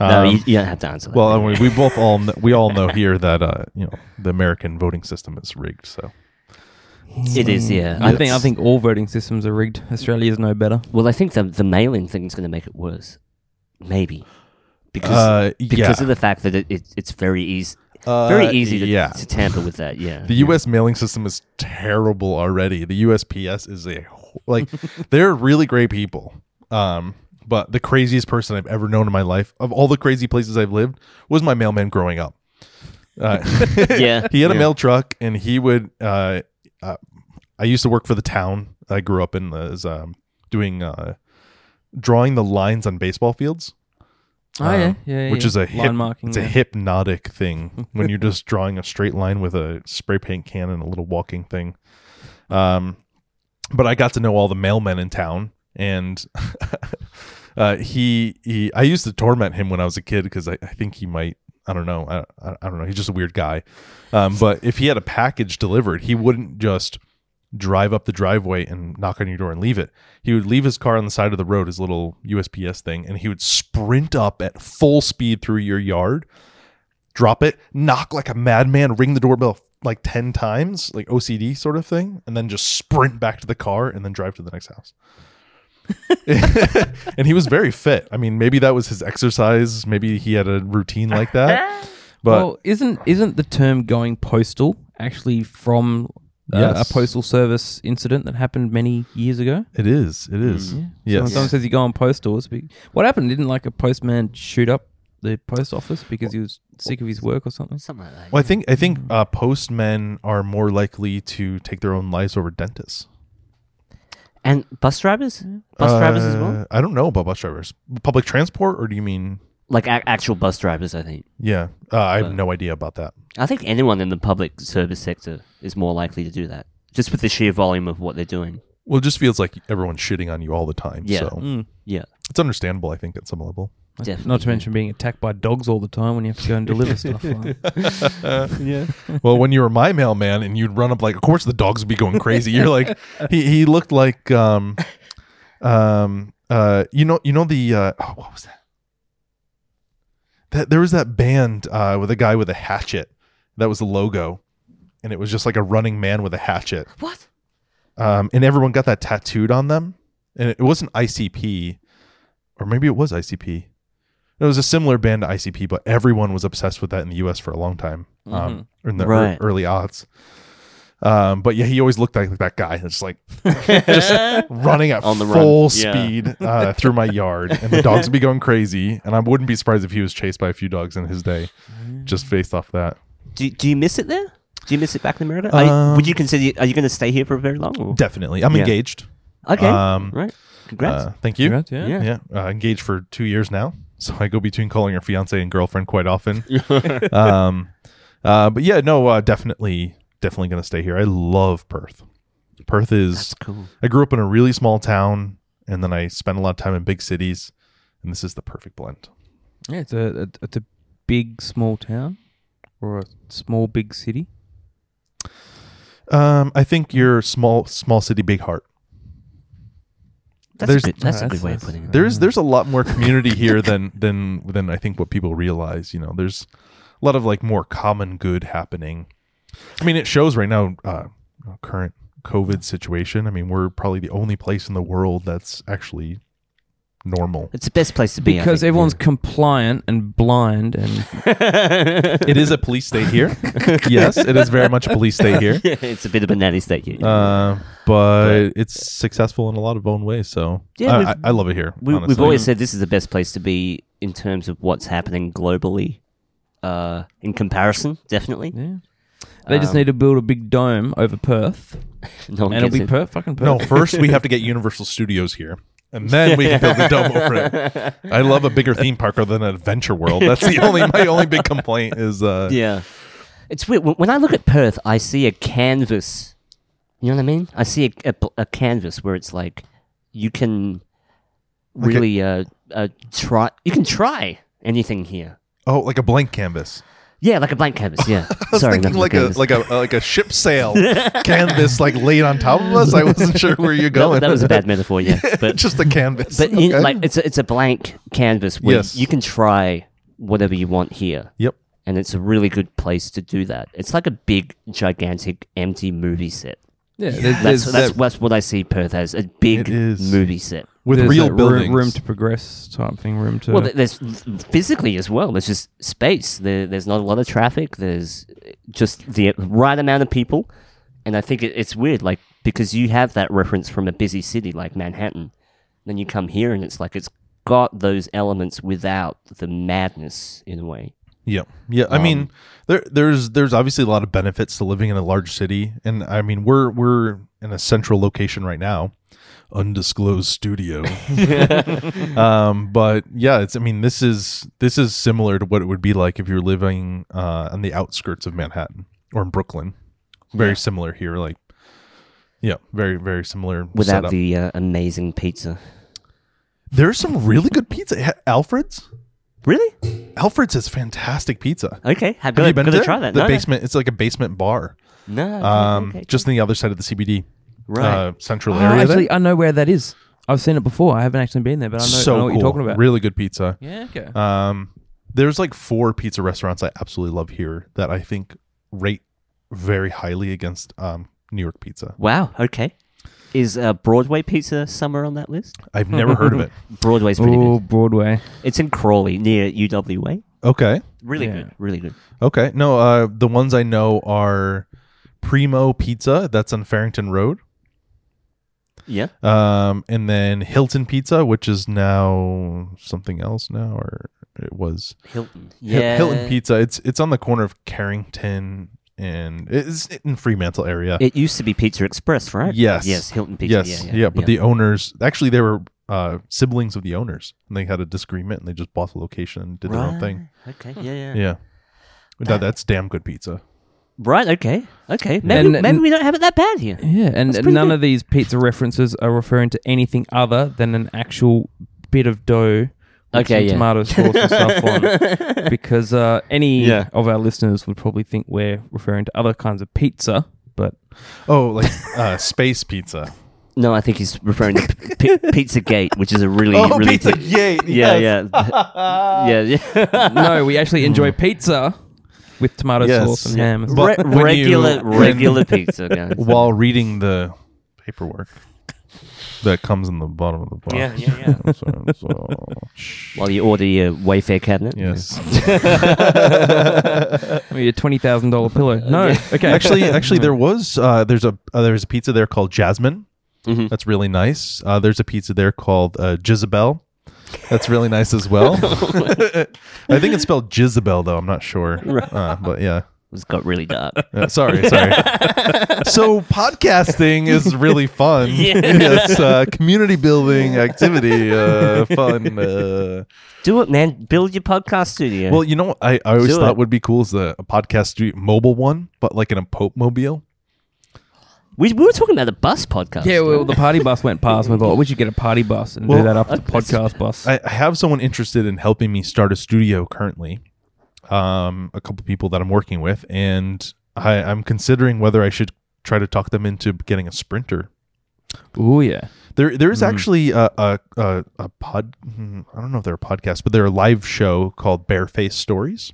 [SPEAKER 1] no, you, you don't have to answer. That.
[SPEAKER 2] well, I mean, we both all kn- we all know here that uh, you know the American voting system is rigged. So
[SPEAKER 1] it is. Yeah.
[SPEAKER 3] I think I think all voting systems are rigged. Australia is no better.
[SPEAKER 1] Well, I think the the mail-in thing is going to make it worse, maybe, because
[SPEAKER 2] Uh,
[SPEAKER 1] because
[SPEAKER 2] yeah.
[SPEAKER 1] of the fact that it, it it's very easy,
[SPEAKER 2] Uh,
[SPEAKER 1] very easy to,
[SPEAKER 2] yeah.
[SPEAKER 1] to tamper with that. Yeah,
[SPEAKER 2] The U.S. mailing system is terrible already. The USPS is a wh- like they're really great people. Um, but the craziest person I've ever known in my life, of all the crazy places I've lived, was my mailman growing up. Uh,
[SPEAKER 1] Yeah,
[SPEAKER 2] he had a
[SPEAKER 1] yeah.
[SPEAKER 2] mail truck, and he would. Uh, uh, I used to work for the town I grew up in, as um, doing uh, drawing the lines on baseball fields
[SPEAKER 3] Oh, yeah.
[SPEAKER 2] um,
[SPEAKER 3] Yeah,
[SPEAKER 2] which
[SPEAKER 3] yeah.
[SPEAKER 2] is a
[SPEAKER 3] Line
[SPEAKER 2] hip,
[SPEAKER 3] marking,
[SPEAKER 2] It's a
[SPEAKER 3] yeah.
[SPEAKER 2] hypnotic thing when you're just drawing a straight line with a spray paint can and a little walking thing. Um, but I got to know all the mailmen in town, and uh, he he. I used to torment him when I was a kid because I, I think he might. I don't know. I, I, I don't know. He's just a weird guy. Um, but if he had a package delivered, he wouldn't just drive up the driveway and knock on your door and leave it. He would leave his car on the side of the road, his little USPS thing, and he would sprint up at full speed through your yard, drop it, knock like a madman, ring the doorbell like 10 times, like OCD sort of thing, and then just sprint back to the car and then drive to the next house. and he was very fit. I mean, maybe that was his exercise. Maybe he had a routine like that. But
[SPEAKER 3] well, isn't isn't the term going postal actually from uh,
[SPEAKER 2] Yes.
[SPEAKER 3] a postal service incident that happened many years ago?
[SPEAKER 2] it is. It is.
[SPEAKER 3] Mm-hmm. So when
[SPEAKER 2] Yes.
[SPEAKER 3] someone says you go on postal, it's be- what happened? Didn't like a postman shoot up the post office because he was sick of his work or something?
[SPEAKER 1] something like that.
[SPEAKER 2] Well, I think I think uh, postmen are more likely to take their own lives over dentists.
[SPEAKER 1] And bus drivers, bus drivers as well,
[SPEAKER 2] Uh, I don't know about bus drivers. Public transport, or do you mean?
[SPEAKER 1] like a- actual bus drivers. I think.
[SPEAKER 2] Yeah, uh, I have no idea about that.
[SPEAKER 1] I think anyone in the public service sector is more likely to do that, just with the sheer volume of what they're doing.
[SPEAKER 2] Well, it just feels like everyone's shitting on you all the time.
[SPEAKER 1] Yeah.
[SPEAKER 2] So
[SPEAKER 3] Mm.
[SPEAKER 1] Yeah.
[SPEAKER 2] it's understandable, I think, at some level.
[SPEAKER 3] Not
[SPEAKER 1] Definitely.
[SPEAKER 3] to mention being attacked by dogs all the time when you have to go and deliver stuff. Like,
[SPEAKER 1] yeah.
[SPEAKER 2] Well, when you were my mailman and you'd run up, like, of course the dogs would be going crazy. You're like, he, he looked like, um, um, uh, you know, you know the uh, oh, what was that? That there was that band uh, with a guy with a hatchet. That was the logo, and it was just like a running man with a hatchet.
[SPEAKER 1] What?
[SPEAKER 2] Um, and everyone got that tattooed on them, and it wasn't ICP, or maybe it was ICP. It was a similar band to ICP, but everyone was obsessed with that in the U.S. for a long time, um,
[SPEAKER 1] Mm-hmm.
[SPEAKER 2] or in the ear-
[SPEAKER 1] Right.
[SPEAKER 2] early aughts. Um, but yeah, he always looked like, like that guy. It's like
[SPEAKER 1] Uh.
[SPEAKER 2] running at
[SPEAKER 1] On the
[SPEAKER 2] full
[SPEAKER 1] run, yeah.
[SPEAKER 2] speed uh, through my yard, and the dogs would be going crazy. And I wouldn't be surprised if he was chased by a few dogs in his day,
[SPEAKER 1] Mm.
[SPEAKER 2] just based off that.
[SPEAKER 1] Do, do you miss it there? Do you miss it back in America? Are you, would
[SPEAKER 3] Um,
[SPEAKER 1] you consider? Are you going to stay here for very long? Or?
[SPEAKER 2] Definitely, I'm
[SPEAKER 1] Yeah.
[SPEAKER 2] engaged.
[SPEAKER 3] uh,
[SPEAKER 1] Okay.
[SPEAKER 2] um,
[SPEAKER 1] right. Congrats.
[SPEAKER 2] Uh, thank you.
[SPEAKER 3] Congrats, yeah.
[SPEAKER 1] Yeah.
[SPEAKER 2] yeah, uh, engaged for two years now. So I go between calling her fiance and girlfriend quite often. um, uh, but yeah, no, uh, definitely, definitely going to stay here. I love Perth. Perth is
[SPEAKER 1] That's cool.
[SPEAKER 2] I grew up in a really small town, and then I spent a lot of time in big cities, and this is the perfect blend.
[SPEAKER 3] Yeah, it's a, a it's a big small town or a small big city.
[SPEAKER 2] Um, I think your small small city big heart.
[SPEAKER 1] That's
[SPEAKER 2] There's-
[SPEAKER 1] a good. That's a
[SPEAKER 3] that's-
[SPEAKER 1] good way of
[SPEAKER 3] that's-
[SPEAKER 1] putting it.
[SPEAKER 2] There's there's a lot more community here than than than I think what people realize. You know, there's a lot of like more common good happening. I mean, it shows right now. Uh, our current COVID situation. I mean, we're probably the only place in the world that's actually normal.
[SPEAKER 1] It's the best place to be I
[SPEAKER 3] Because
[SPEAKER 1] think,
[SPEAKER 3] everyone's
[SPEAKER 1] yeah.
[SPEAKER 3] compliant and blind and
[SPEAKER 2] It is a police state here. yes, it is very much a police state here.
[SPEAKER 1] it's a bit of a natty state. Yeah.
[SPEAKER 2] Uh, but it's successful in a lot of own ways. So
[SPEAKER 1] Yeah,
[SPEAKER 2] I,
[SPEAKER 1] we've-
[SPEAKER 2] I, I love it here.
[SPEAKER 1] we, we've
[SPEAKER 2] honestly.
[SPEAKER 1] always said this is the best place to be in terms of what's happening globally. Uh, in comparison, definitely.
[SPEAKER 3] yeah. They just
[SPEAKER 1] Um,
[SPEAKER 3] need to build a big dome over Perth,
[SPEAKER 1] No one
[SPEAKER 3] and it'll
[SPEAKER 1] gets
[SPEAKER 3] be
[SPEAKER 1] it.
[SPEAKER 3] Perth, fucking
[SPEAKER 2] no.
[SPEAKER 3] Perth.
[SPEAKER 2] First, we have to get Universal Studios here, and then we can build the dome over it. I love a bigger theme park other than Adventure World. That's the only my only big complaint is uh,
[SPEAKER 1] Yeah. It's weird. When- When I look at Perth, I see a canvas. You know what I mean? I see a, a pl- a canvas where it's like you can really uh, uh, try. You can try anything here.
[SPEAKER 2] oh, like a blank canvas.
[SPEAKER 1] Yeah, like a blank canvas. Yeah.
[SPEAKER 2] I was
[SPEAKER 1] Sorry,
[SPEAKER 2] thinking
[SPEAKER 1] not
[SPEAKER 2] like a
[SPEAKER 1] canvas.
[SPEAKER 2] like a uh, like a ship sail canvas like laid on top of us. I wasn't sure where you're
[SPEAKER 1] that,
[SPEAKER 2] going.
[SPEAKER 1] that was a bad metaphor. Yeah, but
[SPEAKER 2] just a canvas.
[SPEAKER 1] but in,
[SPEAKER 2] Okay.
[SPEAKER 1] like it's a, it's a blank canvas where
[SPEAKER 2] Yes.
[SPEAKER 1] you can try whatever you want here.
[SPEAKER 2] yep.
[SPEAKER 1] and it's a really good place to do that. It's like a big, gigantic, empty movie set.
[SPEAKER 3] yeah, there's,
[SPEAKER 1] That's
[SPEAKER 3] there's
[SPEAKER 1] that's,
[SPEAKER 3] that-
[SPEAKER 1] that's what I see Perth as a big
[SPEAKER 2] It is.
[SPEAKER 1] movie set.
[SPEAKER 2] With
[SPEAKER 3] there's
[SPEAKER 2] real
[SPEAKER 3] that roo-
[SPEAKER 2] buildings,
[SPEAKER 3] room, to progress type thing, room to
[SPEAKER 1] Well, th- there's physically as well. There's just space. There, there's not a lot of traffic. There's just the right amount of people, and I think it, it's weird, like because you have that reference from a busy city like Manhattan, then you come here and it's like it's got those elements without the madness in a way.
[SPEAKER 2] Yeah, yeah. I
[SPEAKER 1] Um,
[SPEAKER 2] mean, there, there's there's obviously a lot of benefits to living in a large city, and I mean, we're we're in a central location right now, undisclosed studio. um, but yeah, it's. I mean, this is this is similar to what it would be like if you're living uh, on the outskirts of Manhattan or in Brooklyn. Very similar here, like yeah, very very similar.
[SPEAKER 1] Without
[SPEAKER 2] setup.
[SPEAKER 1] the uh, amazing pizza,
[SPEAKER 2] there's some really good pizza. Alfred's,
[SPEAKER 1] really?
[SPEAKER 2] Alfred's has fantastic pizza.
[SPEAKER 1] Okay, have
[SPEAKER 2] Have you been
[SPEAKER 1] gonna
[SPEAKER 2] there?
[SPEAKER 1] try that?
[SPEAKER 2] The
[SPEAKER 1] no,
[SPEAKER 2] basement. It's like a basement bar.
[SPEAKER 1] No, no, okay,
[SPEAKER 2] um,
[SPEAKER 1] okay,
[SPEAKER 2] just on the other side of the CBD,
[SPEAKER 1] Right.
[SPEAKER 2] Uh, central
[SPEAKER 3] Oh,
[SPEAKER 2] area.
[SPEAKER 3] actually,
[SPEAKER 2] there.
[SPEAKER 3] I know where that is. I've seen it before. I haven't actually been there, but I know, I
[SPEAKER 2] so
[SPEAKER 3] know what
[SPEAKER 2] cool.
[SPEAKER 3] you're talking about.
[SPEAKER 2] Really good pizza.
[SPEAKER 3] Yeah, okay.
[SPEAKER 2] Um, there's like four pizza restaurants I absolutely love here that I think rate very highly against um, New York pizza.
[SPEAKER 1] wow. Okay, is uh, Broadway pizza somewhere on that list?
[SPEAKER 2] I've never heard of it.
[SPEAKER 1] Broadway's pretty
[SPEAKER 3] Oh,
[SPEAKER 1] good.
[SPEAKER 3] Broadway.
[SPEAKER 1] It's in Crawley near UWA.
[SPEAKER 2] Okay.
[SPEAKER 1] Really
[SPEAKER 3] Yeah.
[SPEAKER 1] good. Really good.
[SPEAKER 2] Okay. No, uh, the ones I know are Primo Pizza. That's on Farrington Road.
[SPEAKER 1] Yeah.
[SPEAKER 2] Um, and then Hilton Pizza, which is now something else now, or it was.
[SPEAKER 1] Hilton.
[SPEAKER 2] Hil-
[SPEAKER 1] Yeah.
[SPEAKER 2] Hilton Pizza. It's it's on the corner of Carrington and it's in Fremantle area.
[SPEAKER 1] It used to be Pizza Express, right?
[SPEAKER 2] Yes.
[SPEAKER 1] Yes. Hilton Pizza.
[SPEAKER 2] yes,
[SPEAKER 1] Yeah.
[SPEAKER 2] yeah,
[SPEAKER 1] Yeah.
[SPEAKER 2] But the owners actually they were uh, siblings of the owners, and they had a disagreement, and they just bought the location and did their own thing.
[SPEAKER 1] Right, Okay. Yeah, yeah.
[SPEAKER 2] Yeah, that, that's damn good pizza.
[SPEAKER 1] Right. Okay. Okay. Maybe
[SPEAKER 3] And-
[SPEAKER 1] maybe we don't have it that bad here.
[SPEAKER 3] Yeah, and
[SPEAKER 1] That's pretty
[SPEAKER 3] none
[SPEAKER 1] good.
[SPEAKER 3] of these pizza references are referring to anything other than an actual bit of dough with
[SPEAKER 1] Okay,
[SPEAKER 3] some
[SPEAKER 1] yeah.
[SPEAKER 3] tomato sauce and stuff on, because uh, any
[SPEAKER 1] Yeah.
[SPEAKER 3] of our listeners would probably think we're referring to other kinds of pizza. But
[SPEAKER 2] Oh, like uh, space pizza.
[SPEAKER 1] No, I think he's referring to p- p- Pizza Gate, which is a really,
[SPEAKER 2] Oh,
[SPEAKER 1] really good-
[SPEAKER 2] Yay!
[SPEAKER 1] yeah, yeah, yeah, yeah.
[SPEAKER 3] no, we actually enjoy pizza with tomato
[SPEAKER 2] Mm. Yes.
[SPEAKER 3] sauce and ham. and
[SPEAKER 2] But
[SPEAKER 1] Re-
[SPEAKER 2] when
[SPEAKER 1] regular,
[SPEAKER 2] you- when-
[SPEAKER 1] regular pizza, guys.
[SPEAKER 2] While reading the paperwork that comes in the bottom of the box.
[SPEAKER 1] Yeah, yeah,
[SPEAKER 2] yeah. So, so-
[SPEAKER 1] While you order your Wayfair cabinet.
[SPEAKER 2] yes.
[SPEAKER 3] Or your twenty thousand dollar pillow. No, okay.
[SPEAKER 2] actually, actually, there was uh, there's a uh, there's a pizza there called Jasmine.
[SPEAKER 1] Mhm.
[SPEAKER 2] That's really nice. Uh, there's a pizza there called uh, Jezebel. That's really nice as well.
[SPEAKER 1] Oh
[SPEAKER 2] I think it's spelled Jezebel though. I'm not sure, uh, but yeah.
[SPEAKER 1] It's got really dark.
[SPEAKER 2] Uh, sorry, sorry. so podcasting is really fun.
[SPEAKER 1] Yeah.
[SPEAKER 2] it's uh, community building activity, uh, fun. Uh,
[SPEAKER 1] Do it, man. Build your podcast studio.
[SPEAKER 2] well, you know, what I, I always
[SPEAKER 1] Do
[SPEAKER 2] thought
[SPEAKER 1] it.
[SPEAKER 2] would be cool is the a podcast studio, mobile one, but like in a Pope mobile.
[SPEAKER 1] we, we were talking about the bus podcast.
[SPEAKER 3] yeah. Well,
[SPEAKER 1] weren't
[SPEAKER 3] the party bus went past, and we thought we should get a party bus and
[SPEAKER 2] Well,
[SPEAKER 3] do that after the podcast bus.
[SPEAKER 2] I I have someone interested in helping me start a studio currently. Um, a couple people that I'm working with, and I, I'm considering whether I should try to talk them into getting a sprinter
[SPEAKER 3] oh yeah.
[SPEAKER 2] There, there is actually a, a, a, a pod. hmm, I don't know if they're a podcast, but they're a live show called Bareface Stories.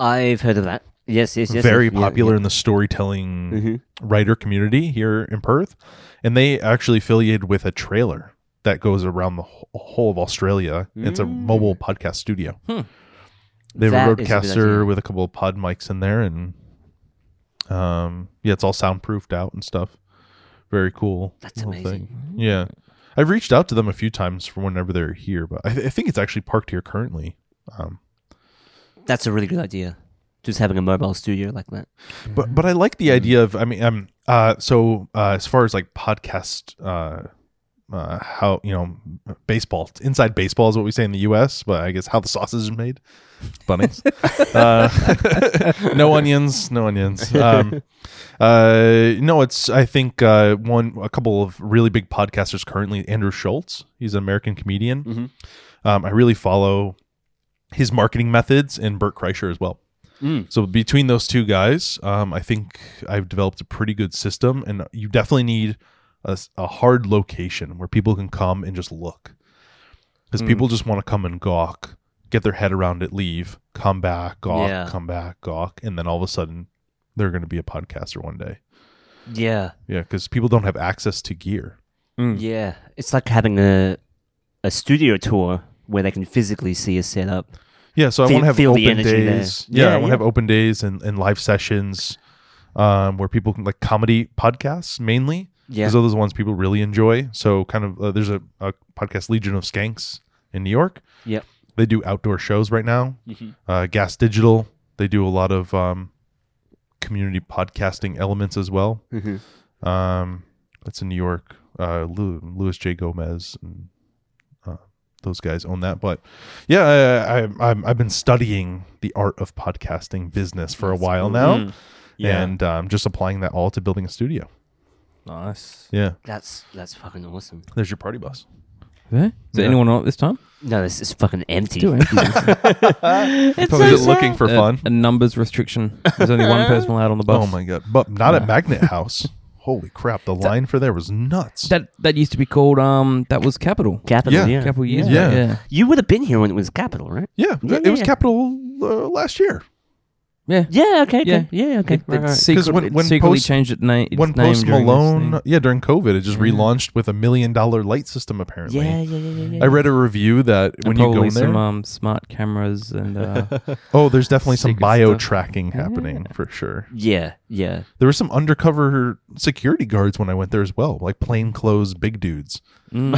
[SPEAKER 1] we? I've heard of that. Yes, yes, yes.
[SPEAKER 2] Very
[SPEAKER 1] yes, yeah,
[SPEAKER 2] popular
[SPEAKER 1] yeah.
[SPEAKER 2] in the storytelling
[SPEAKER 1] Mhm.
[SPEAKER 2] writer community here in Perth, and they actually affiliated with a trailer that goes around the wh- whole of Australia. It's a mobile podcast studio.
[SPEAKER 3] Hmm.
[SPEAKER 2] They have
[SPEAKER 1] Mm.
[SPEAKER 2] a
[SPEAKER 1] That is a good idea.
[SPEAKER 2] roadcaster with a couple of pod mics in there, and um, yeah, it's all soundproofed out and stuff. Very cool.
[SPEAKER 1] That's
[SPEAKER 2] little
[SPEAKER 1] amazing.
[SPEAKER 2] Yeah. I've reached out to them a few times for whenever they're here, but I, th- I think it's actually parked here currently. Um,
[SPEAKER 1] That's a really good idea. Just having a mobile studio like that.
[SPEAKER 2] but but I like the idea of I mean um uh so uh, as far as like podcast uh, uh how you know baseball inside baseball is what we say in the U.S. But I guess how the sausage is made, bunnies, uh, no onions, no onions. Um, uh no it's I think uh one a couple of really big podcasters currently Andrew Schultz he's an American comedian
[SPEAKER 1] Mhm.
[SPEAKER 2] um I really follow his marketing methods and Bert Kreischer as well so between those two guys, um, I think I've developed a pretty good system, and you definitely need a, s- a hard location where people can come and just look, because people just want to come and gawk, get their head around it, leave, come back, gawk,
[SPEAKER 1] Yeah.
[SPEAKER 2] come back, gawk, and then all of a sudden they're going to be a podcaster one day.
[SPEAKER 1] Yeah,
[SPEAKER 2] Yeah, because people don't have access to gear.
[SPEAKER 3] Mm.
[SPEAKER 1] yeah. Hmm. It's like having a a studio tour where they can physically see a setup.
[SPEAKER 2] Yeah, so I
[SPEAKER 1] Feel-
[SPEAKER 2] want to have
[SPEAKER 1] feel the
[SPEAKER 2] open
[SPEAKER 1] energy there.
[SPEAKER 2] days. Yeah, I
[SPEAKER 1] Yeah,
[SPEAKER 2] want to
[SPEAKER 1] yeah.
[SPEAKER 2] have open days and, and live sessions um, where people can like comedy podcasts mainly.
[SPEAKER 1] Yeah.
[SPEAKER 2] Those are those ones people really enjoy. So kind of uh, there's a, a podcast Legion of Skanks in New York.
[SPEAKER 1] Yep. Mm-hmm.
[SPEAKER 2] They do outdoor shows right now. Uh, Gas Digital. They do a lot of um, community podcasting elements as well.
[SPEAKER 1] Mhm.
[SPEAKER 2] Um, that's in New York. Uh, Lu- Louis J. Gomez and uh, those guys own that. But yeah, I, I, I'm, I've been studying the art of podcasting business for a while now,
[SPEAKER 1] Mm-hmm.
[SPEAKER 3] Mm.
[SPEAKER 2] and um, just applying that all to building a studio.
[SPEAKER 3] Nice.
[SPEAKER 2] Yeah,
[SPEAKER 1] That's that's fucking awesome.
[SPEAKER 2] there's your party bus.
[SPEAKER 3] Yeah. Is there
[SPEAKER 2] Yeah.
[SPEAKER 3] anyone on it this time?
[SPEAKER 1] No, this is fucking empty.
[SPEAKER 3] Do it.
[SPEAKER 1] It's
[SPEAKER 2] Probably just looking for
[SPEAKER 3] a,
[SPEAKER 2] fun.
[SPEAKER 3] A numbers restriction. There's only one person allowed on the bus.
[SPEAKER 2] Oh my god! But not at Magnet House. Holy crap! The line for there was nuts.
[SPEAKER 3] That that used to be called um. That was capital.
[SPEAKER 1] Capital,
[SPEAKER 2] Yeah.
[SPEAKER 1] yeah.
[SPEAKER 3] A couple years.
[SPEAKER 2] Yeah.
[SPEAKER 3] back,
[SPEAKER 2] Yeah.
[SPEAKER 3] yeah.
[SPEAKER 1] You would have been here when it was Capital, right?
[SPEAKER 2] yeah,
[SPEAKER 1] Yeah,
[SPEAKER 2] it
[SPEAKER 1] yeah,
[SPEAKER 2] was
[SPEAKER 1] yeah.
[SPEAKER 2] Capital uh, last year.
[SPEAKER 3] Yeah.
[SPEAKER 1] Yeah, okay, okay.
[SPEAKER 3] Yeah.
[SPEAKER 1] Yeah, okay.
[SPEAKER 3] It,
[SPEAKER 1] right,
[SPEAKER 3] it
[SPEAKER 1] right.
[SPEAKER 3] secretly,
[SPEAKER 2] when-
[SPEAKER 3] it
[SPEAKER 2] when
[SPEAKER 3] secretly
[SPEAKER 2] Post-
[SPEAKER 3] changed it na- its
[SPEAKER 2] when
[SPEAKER 3] name.
[SPEAKER 2] Post
[SPEAKER 3] during this
[SPEAKER 2] Malone,
[SPEAKER 3] thing.
[SPEAKER 2] yeah, during COVID, it just
[SPEAKER 3] Yeah.
[SPEAKER 2] relaunched with a million dollar light system. Apparently,
[SPEAKER 1] yeah, yeah, yeah, yeah, yeah.
[SPEAKER 2] I read a review that
[SPEAKER 3] And
[SPEAKER 2] when you go
[SPEAKER 3] probably
[SPEAKER 2] in there,
[SPEAKER 3] some um, smart cameras and uh,
[SPEAKER 2] oh, there's definitely some
[SPEAKER 3] secret
[SPEAKER 2] bio
[SPEAKER 3] stuff.
[SPEAKER 2] tracking happening for sure.
[SPEAKER 1] yeah, yeah.
[SPEAKER 2] There were some undercover security guards when I went there as well, like plainclothes big dudes.
[SPEAKER 3] mm,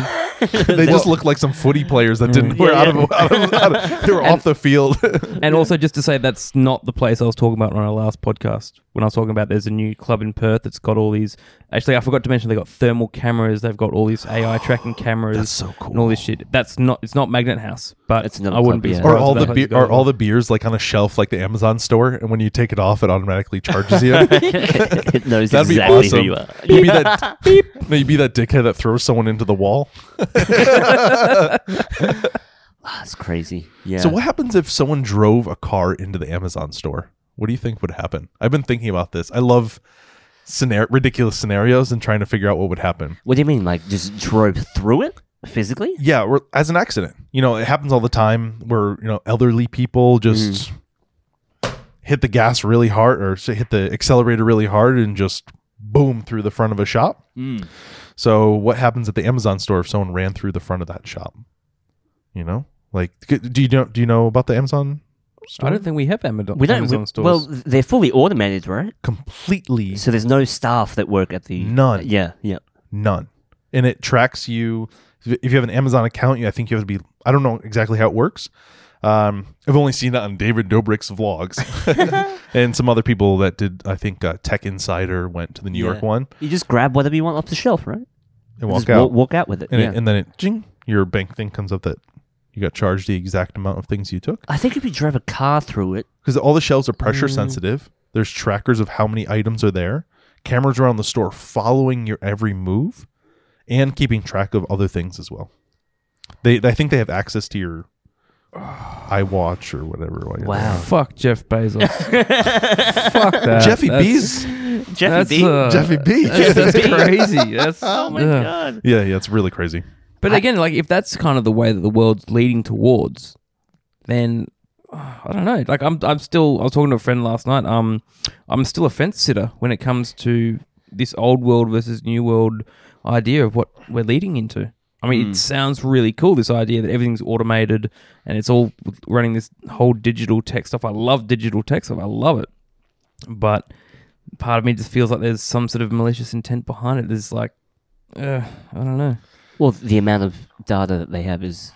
[SPEAKER 2] They just looked like some footy players that didn't were
[SPEAKER 1] Yeah,
[SPEAKER 2] out, Of, out of out of they were off the field.
[SPEAKER 3] and also just to say that's not the place I was talking about on our last podcast when I was talking about there's a new club in Perth that's got all these. Actually, I forgot to mention they got thermal cameras. They've got all these AI tracking cameras.
[SPEAKER 2] That's so cool.
[SPEAKER 3] and all this shit. That's not it's not Magnet House, but
[SPEAKER 1] It's another
[SPEAKER 3] I
[SPEAKER 1] club,
[SPEAKER 3] wouldn't be
[SPEAKER 1] yeah.
[SPEAKER 2] Are
[SPEAKER 3] surprised.
[SPEAKER 2] all
[SPEAKER 3] if
[SPEAKER 2] the
[SPEAKER 3] that
[SPEAKER 2] be-
[SPEAKER 3] place
[SPEAKER 2] are
[SPEAKER 3] got
[SPEAKER 2] all
[SPEAKER 3] it.
[SPEAKER 2] the beers like on a shelf like the Amazon store, and when you take it off, it automatically charges you?
[SPEAKER 1] it knows
[SPEAKER 2] That'd be
[SPEAKER 1] exactly
[SPEAKER 2] awesome.
[SPEAKER 1] who you are.
[SPEAKER 2] You'd be that no, you'd be that dickhead that throws someone into the wall.
[SPEAKER 1] Ah, That's crazy. Yeah.
[SPEAKER 2] So what happens if someone drove a car into the Amazon store? What do you think would happen? I've been thinking about this. I love scenar- ridiculous scenarios and trying to figure out what would happen.
[SPEAKER 1] What do you mean? Like just drove through it physically?
[SPEAKER 2] Yeah, or as an accident. You know, it happens all the time where, you know, elderly people just Mm. hit the gas really hard or say hit the accelerator really hard and just boom through the front of a shop.
[SPEAKER 1] Hmm.
[SPEAKER 2] So what happens at the Amazon store if someone ran through the front of that shop? You know? Like c- do you know do you know about the Amazon store?
[SPEAKER 3] I don't think we have Amazon,
[SPEAKER 1] We don't.
[SPEAKER 3] Amazon
[SPEAKER 1] we-
[SPEAKER 3] stores.
[SPEAKER 1] Well, they're fully automated, right?
[SPEAKER 2] completely
[SPEAKER 1] So there's no staff that work at the.
[SPEAKER 2] None.
[SPEAKER 1] Yeah. Yeah.
[SPEAKER 2] none and it tracks you if you have an amazon account you i think you have to be i don't know exactly how it works um, i've only seen that on david dobrik's vlogs and some other people that did i think uh, tech insider went to the new york
[SPEAKER 1] Yeah.
[SPEAKER 2] one
[SPEAKER 1] You just grab whatever you want off the shelf, right?
[SPEAKER 2] and walk
[SPEAKER 1] just wa-
[SPEAKER 2] out
[SPEAKER 1] walk out with it.
[SPEAKER 2] and,
[SPEAKER 1] yeah.
[SPEAKER 2] it, and then it jing your bank thing comes up that you got charged the exact amount of things you took
[SPEAKER 1] I think if you drove a car through it,
[SPEAKER 2] because all the shelves are pressure
[SPEAKER 3] Mm.
[SPEAKER 2] sensitive there's trackers of how many items are there cameras around the store following your every move and keeping track of other things as well they i think they have access to your iwatch or whatever while you're
[SPEAKER 1] Wow.
[SPEAKER 3] fuck Jeff Bezos. fuck that.
[SPEAKER 2] there. jeffy
[SPEAKER 3] That's-
[SPEAKER 2] b's
[SPEAKER 1] Jeffy
[SPEAKER 3] that's,
[SPEAKER 1] B.
[SPEAKER 3] uh,
[SPEAKER 2] jeffy b
[SPEAKER 3] That's, that's crazy. That's
[SPEAKER 1] oh my
[SPEAKER 3] yeah.
[SPEAKER 1] god.
[SPEAKER 2] yeah yeah it's really crazy
[SPEAKER 3] But again, like if that's kind of the way that the world's leading towards, then uh, I don't know. Like I'm, I'm still. I was talking to a friend last night. Um, I'm still a fence sitter when it comes to this old world versus new world idea of what we're leading into. I mean, it sounds really cool. This idea that everything's automated and it's all running this whole digital tech stuff. I love digital tech stuff. I love it, but part of me just feels like there's some sort of malicious intent behind it. There's like, uh, I don't know.
[SPEAKER 1] Well, the amount of data that they have is,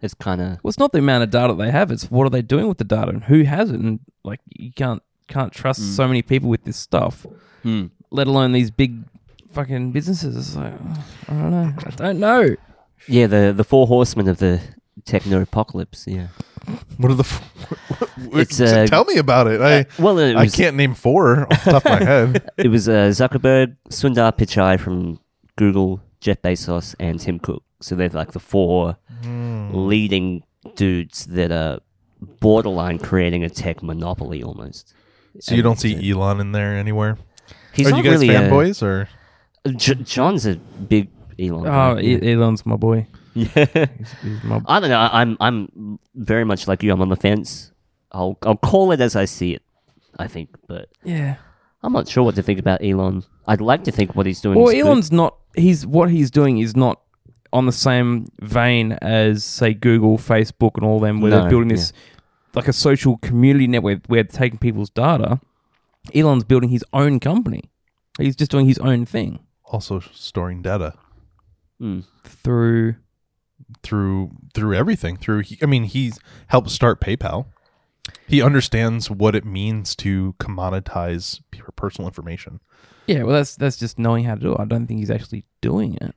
[SPEAKER 1] it's kind of
[SPEAKER 3] Well, it's not the amount of data they have; it's what are they doing with the data and who has it. And like, you can't can't trust
[SPEAKER 1] Mm.
[SPEAKER 3] so many people with this stuff,
[SPEAKER 1] Hmm.
[SPEAKER 3] let alone these big fucking businesses. It's like, oh, I don't know. I don't know.
[SPEAKER 1] yeah. The the four horsemen of the techno apocalypse. Yeah.
[SPEAKER 2] what are the f-
[SPEAKER 1] It's, uh,
[SPEAKER 2] tell me about it i
[SPEAKER 1] Well, it
[SPEAKER 2] i
[SPEAKER 1] was,
[SPEAKER 2] can't name four off the top of my head
[SPEAKER 1] it was uh, Zuckerberg, Sundar Pichai from Google, Jeff Bezos, and Tim Cook. So they're like the four
[SPEAKER 2] Hmm.
[SPEAKER 1] leading dudes that are borderline creating a tech monopoly almost.
[SPEAKER 2] so you don't see elon in there anywhere
[SPEAKER 1] He's
[SPEAKER 2] are
[SPEAKER 1] not
[SPEAKER 2] you guys
[SPEAKER 1] really a-
[SPEAKER 2] fanboys or
[SPEAKER 1] J- John's a big Elon.
[SPEAKER 3] Oh,
[SPEAKER 1] fan,
[SPEAKER 3] E- Elon's my boy.
[SPEAKER 1] yeah.
[SPEAKER 3] He's, he's my
[SPEAKER 1] I don't know. I- I'm I'm very much like you. I'm on the fence. I'll I'll call it as I see it. I think, but
[SPEAKER 3] yeah.
[SPEAKER 1] I'm not sure what to think about Elon. I'd like to think what he's doing.
[SPEAKER 3] Well,
[SPEAKER 1] is good.
[SPEAKER 3] Elon's not. He's what he's doing is not on the same vein as say Google, Facebook, and all them, where
[SPEAKER 1] No,
[SPEAKER 3] they're building this like a social community network where they're taking people's data. Elon's building his own company. He's just doing his own thing
[SPEAKER 2] also storing data
[SPEAKER 1] Mm.
[SPEAKER 3] through.
[SPEAKER 2] through through everything through he, i mean he's helped start paypal he understands what it means to commoditize p- personal information
[SPEAKER 3] Yeah, well, that's that's just knowing how to do it. I don't think he's actually doing it.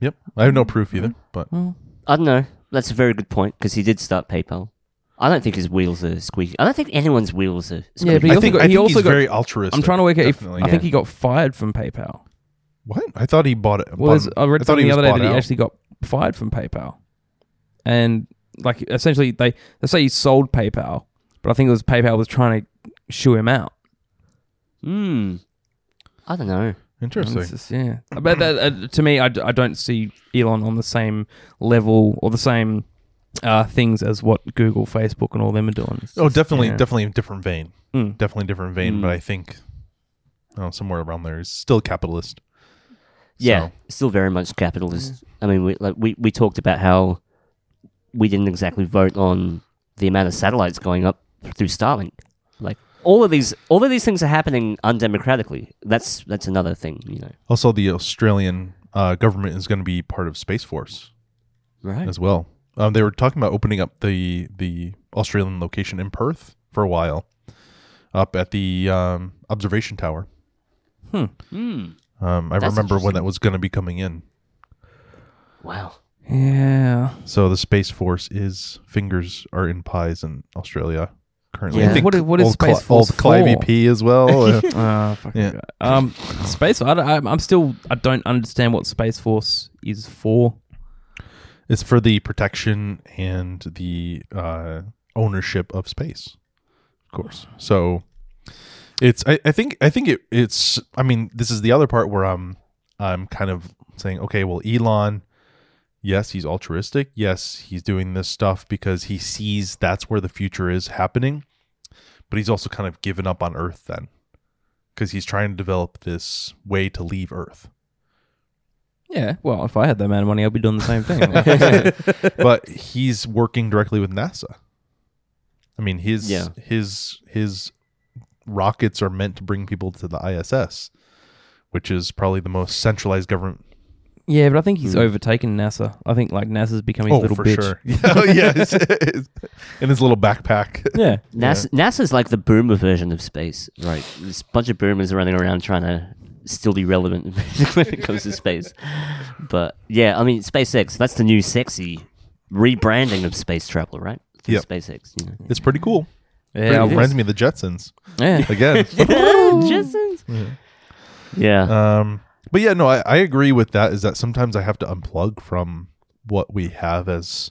[SPEAKER 2] yep i have no proof
[SPEAKER 3] Mm-hmm.
[SPEAKER 2] either but
[SPEAKER 1] I don't know. That's a very good point because he did start PayPal. I don't think his wheels are squeaky. I don't think anyone's wheels are squeaky.
[SPEAKER 3] Yeah, but he
[SPEAKER 2] i
[SPEAKER 3] also
[SPEAKER 2] think,
[SPEAKER 3] got-
[SPEAKER 2] I
[SPEAKER 3] he
[SPEAKER 2] think
[SPEAKER 3] also
[SPEAKER 2] he's
[SPEAKER 3] got-
[SPEAKER 2] very altruistic
[SPEAKER 3] I'm trying to work out if
[SPEAKER 2] definitely.
[SPEAKER 3] I think he got fired from PayPal.
[SPEAKER 2] what i thought he bought it
[SPEAKER 3] Well, there's,
[SPEAKER 2] bought-
[SPEAKER 3] I read
[SPEAKER 2] thought
[SPEAKER 3] something the
[SPEAKER 2] was
[SPEAKER 3] other day
[SPEAKER 2] bought
[SPEAKER 3] that he
[SPEAKER 2] out.
[SPEAKER 3] actually got fired from PayPal, and like essentially they they say he sold PayPal, but I think it was PayPal was trying to shoo him out.
[SPEAKER 1] Hmm. I don't know.
[SPEAKER 3] And
[SPEAKER 2] interesting
[SPEAKER 3] it's just- yeah, but that, uh, to me, I, d- I don't see Elon on the same level or the same uh, things as what Google, Facebook, and all them are doing. It's
[SPEAKER 2] oh
[SPEAKER 3] just,
[SPEAKER 2] definitely
[SPEAKER 3] yeah.
[SPEAKER 2] definitely a different vein
[SPEAKER 3] Mm.
[SPEAKER 2] definitely different vein
[SPEAKER 1] Mm.
[SPEAKER 2] but i think oh, somewhere around there he's still capitalist
[SPEAKER 1] Yeah,
[SPEAKER 2] So-
[SPEAKER 1] still very much capitalist. I mean, we, like we we talked about how we didn't exactly vote on the amount of satellites going up through Starlink. Like all of these, all of these things are happening undemocratically. That's that's another thing, you know.
[SPEAKER 2] also the australian uh, government is going to be part of space force
[SPEAKER 1] Right.
[SPEAKER 2] as well. Um, they were talking about opening up the the Australian location in Perth for a while, up at the um, observation tower.
[SPEAKER 1] Hmm.
[SPEAKER 2] Um, I
[SPEAKER 1] That's
[SPEAKER 2] remember when that was going to be coming in.
[SPEAKER 1] Wow.
[SPEAKER 3] Yeah.
[SPEAKER 2] So the space force is fingers are in pies in Australia currently.
[SPEAKER 1] Yeah.
[SPEAKER 3] What is- what is
[SPEAKER 2] old
[SPEAKER 3] Space Force
[SPEAKER 2] old Clivey
[SPEAKER 3] for?
[SPEAKER 2] P as well. Uh,
[SPEAKER 3] Uh, fucking
[SPEAKER 2] Yeah.
[SPEAKER 3] guy. Um, space. I, don't- I'm I'm still. I don't understand what Space Force is for.
[SPEAKER 2] It's for the protection and the uh, ownership of space, of course. So it's I, I think I think it, it's I mean this is the other part where I'm I'm kind of saying okay well Elon yes he's altruistic yes he's doing this stuff because he sees that's where the future is happening but he's also kind of given up on Earth then because he's trying to develop this way to leave Earth.
[SPEAKER 3] Yeah. Well, if I had that amount of money, I'd be doing the same thing.
[SPEAKER 2] but he's working directly with NASA. I mean, his
[SPEAKER 1] Yeah.
[SPEAKER 2] his his rockets are meant to bring people to the ISS, which is probably the most centralized government.
[SPEAKER 3] yeah, but I think he's
[SPEAKER 1] Hmm.
[SPEAKER 3] overtaken NASA. I think like NASA's become his little bitch.
[SPEAKER 2] yeah, oh, yeah. it's- it's- in his little backpack.
[SPEAKER 3] Yeah.
[SPEAKER 1] NASA, NASA's like the boomer version of space, right? This bunch of boomers running around trying to still be relevant when it comes to space. But yeah, I mean SpaceX. That's the new sexy rebranding of space travel, right? Through
[SPEAKER 2] Yep.
[SPEAKER 1] SpaceX. You know.
[SPEAKER 2] It's pretty cool.
[SPEAKER 3] Yeah.
[SPEAKER 2] it
[SPEAKER 1] it
[SPEAKER 2] reminds
[SPEAKER 1] is.
[SPEAKER 2] me of the Jetsons
[SPEAKER 3] Yeah.
[SPEAKER 2] again.
[SPEAKER 1] Jetsons. Yeah.
[SPEAKER 2] um, but yeah, no, I, I agree with that. Is that sometimes I have to unplug from what we have as,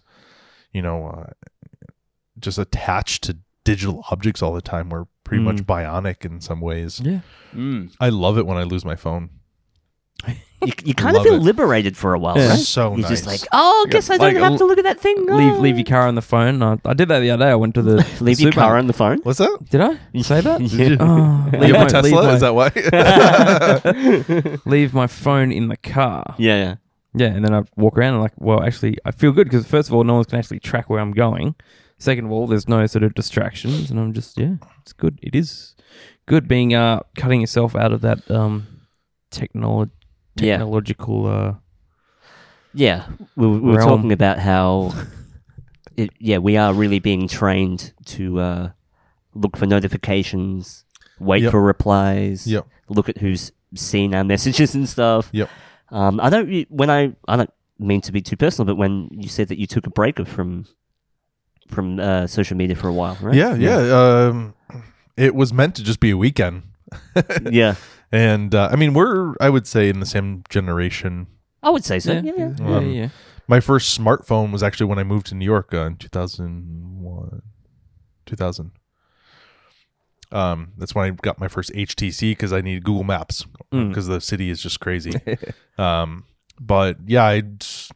[SPEAKER 2] you know, uh, just attached to digital objects all the time. We're pretty much
[SPEAKER 3] Mm.
[SPEAKER 2] bionic in some ways.
[SPEAKER 3] Yeah.
[SPEAKER 2] I love it when I lose my phone.
[SPEAKER 1] you, you kind of
[SPEAKER 2] Love
[SPEAKER 1] feel
[SPEAKER 2] it.
[SPEAKER 1] liberated for a while,
[SPEAKER 3] Yeah.
[SPEAKER 1] right?
[SPEAKER 2] So
[SPEAKER 1] You're
[SPEAKER 2] nice.
[SPEAKER 1] just like, oh, guess I don't
[SPEAKER 3] like,
[SPEAKER 1] have to look at that thing.
[SPEAKER 3] Leave
[SPEAKER 1] Oh."
[SPEAKER 3] leave your car on the phone. I, I did that the other day. I went to the
[SPEAKER 1] leave
[SPEAKER 3] the
[SPEAKER 1] your
[SPEAKER 3] super-
[SPEAKER 1] car on the phone.
[SPEAKER 2] What's that?
[SPEAKER 3] Did I say that?
[SPEAKER 1] Yeah.
[SPEAKER 3] Oh,
[SPEAKER 2] You have
[SPEAKER 3] my-
[SPEAKER 2] a Tesla?
[SPEAKER 3] my-
[SPEAKER 2] Is that why?
[SPEAKER 3] leave my phone in the car.
[SPEAKER 1] Yeah, yeah.
[SPEAKER 3] Yeah, and then I walk around and like, well, actually, I feel good because first of all, no one can actually track where I'm going. Second of all, there's no sort of distractions, and I'm just yeah, it's good. It is good being uh cutting yourself out of that um technolo-
[SPEAKER 1] Yeah.
[SPEAKER 3] technological uh
[SPEAKER 1] Yeah, we, we were
[SPEAKER 3] Realm.
[SPEAKER 1] talking about how, it, yeah, we are really being trained to uh, look for notifications, wait
[SPEAKER 2] Yep.
[SPEAKER 1] for replies,
[SPEAKER 2] Yep.
[SPEAKER 1] look at who's seen our messages and stuff.
[SPEAKER 2] Yep.
[SPEAKER 1] Um, I don't. re- When I, I don't mean to be too personal, but when you said that you took a break of- from from uh, social media for a while, right?
[SPEAKER 2] yeah, yeah. Um, it was meant to just be a weekend.
[SPEAKER 1] yeah.
[SPEAKER 2] And uh, I mean, we're, I would say, in the same generation.
[SPEAKER 1] I would say so. Yeah, yeah.
[SPEAKER 3] yeah,
[SPEAKER 2] Um,
[SPEAKER 3] yeah.
[SPEAKER 2] My first smartphone was actually when I moved to New York uh, in 2001, 2000. Um, that's when I got my first HTC because I needed Google Maps because the city is just crazy. um, but yeah, I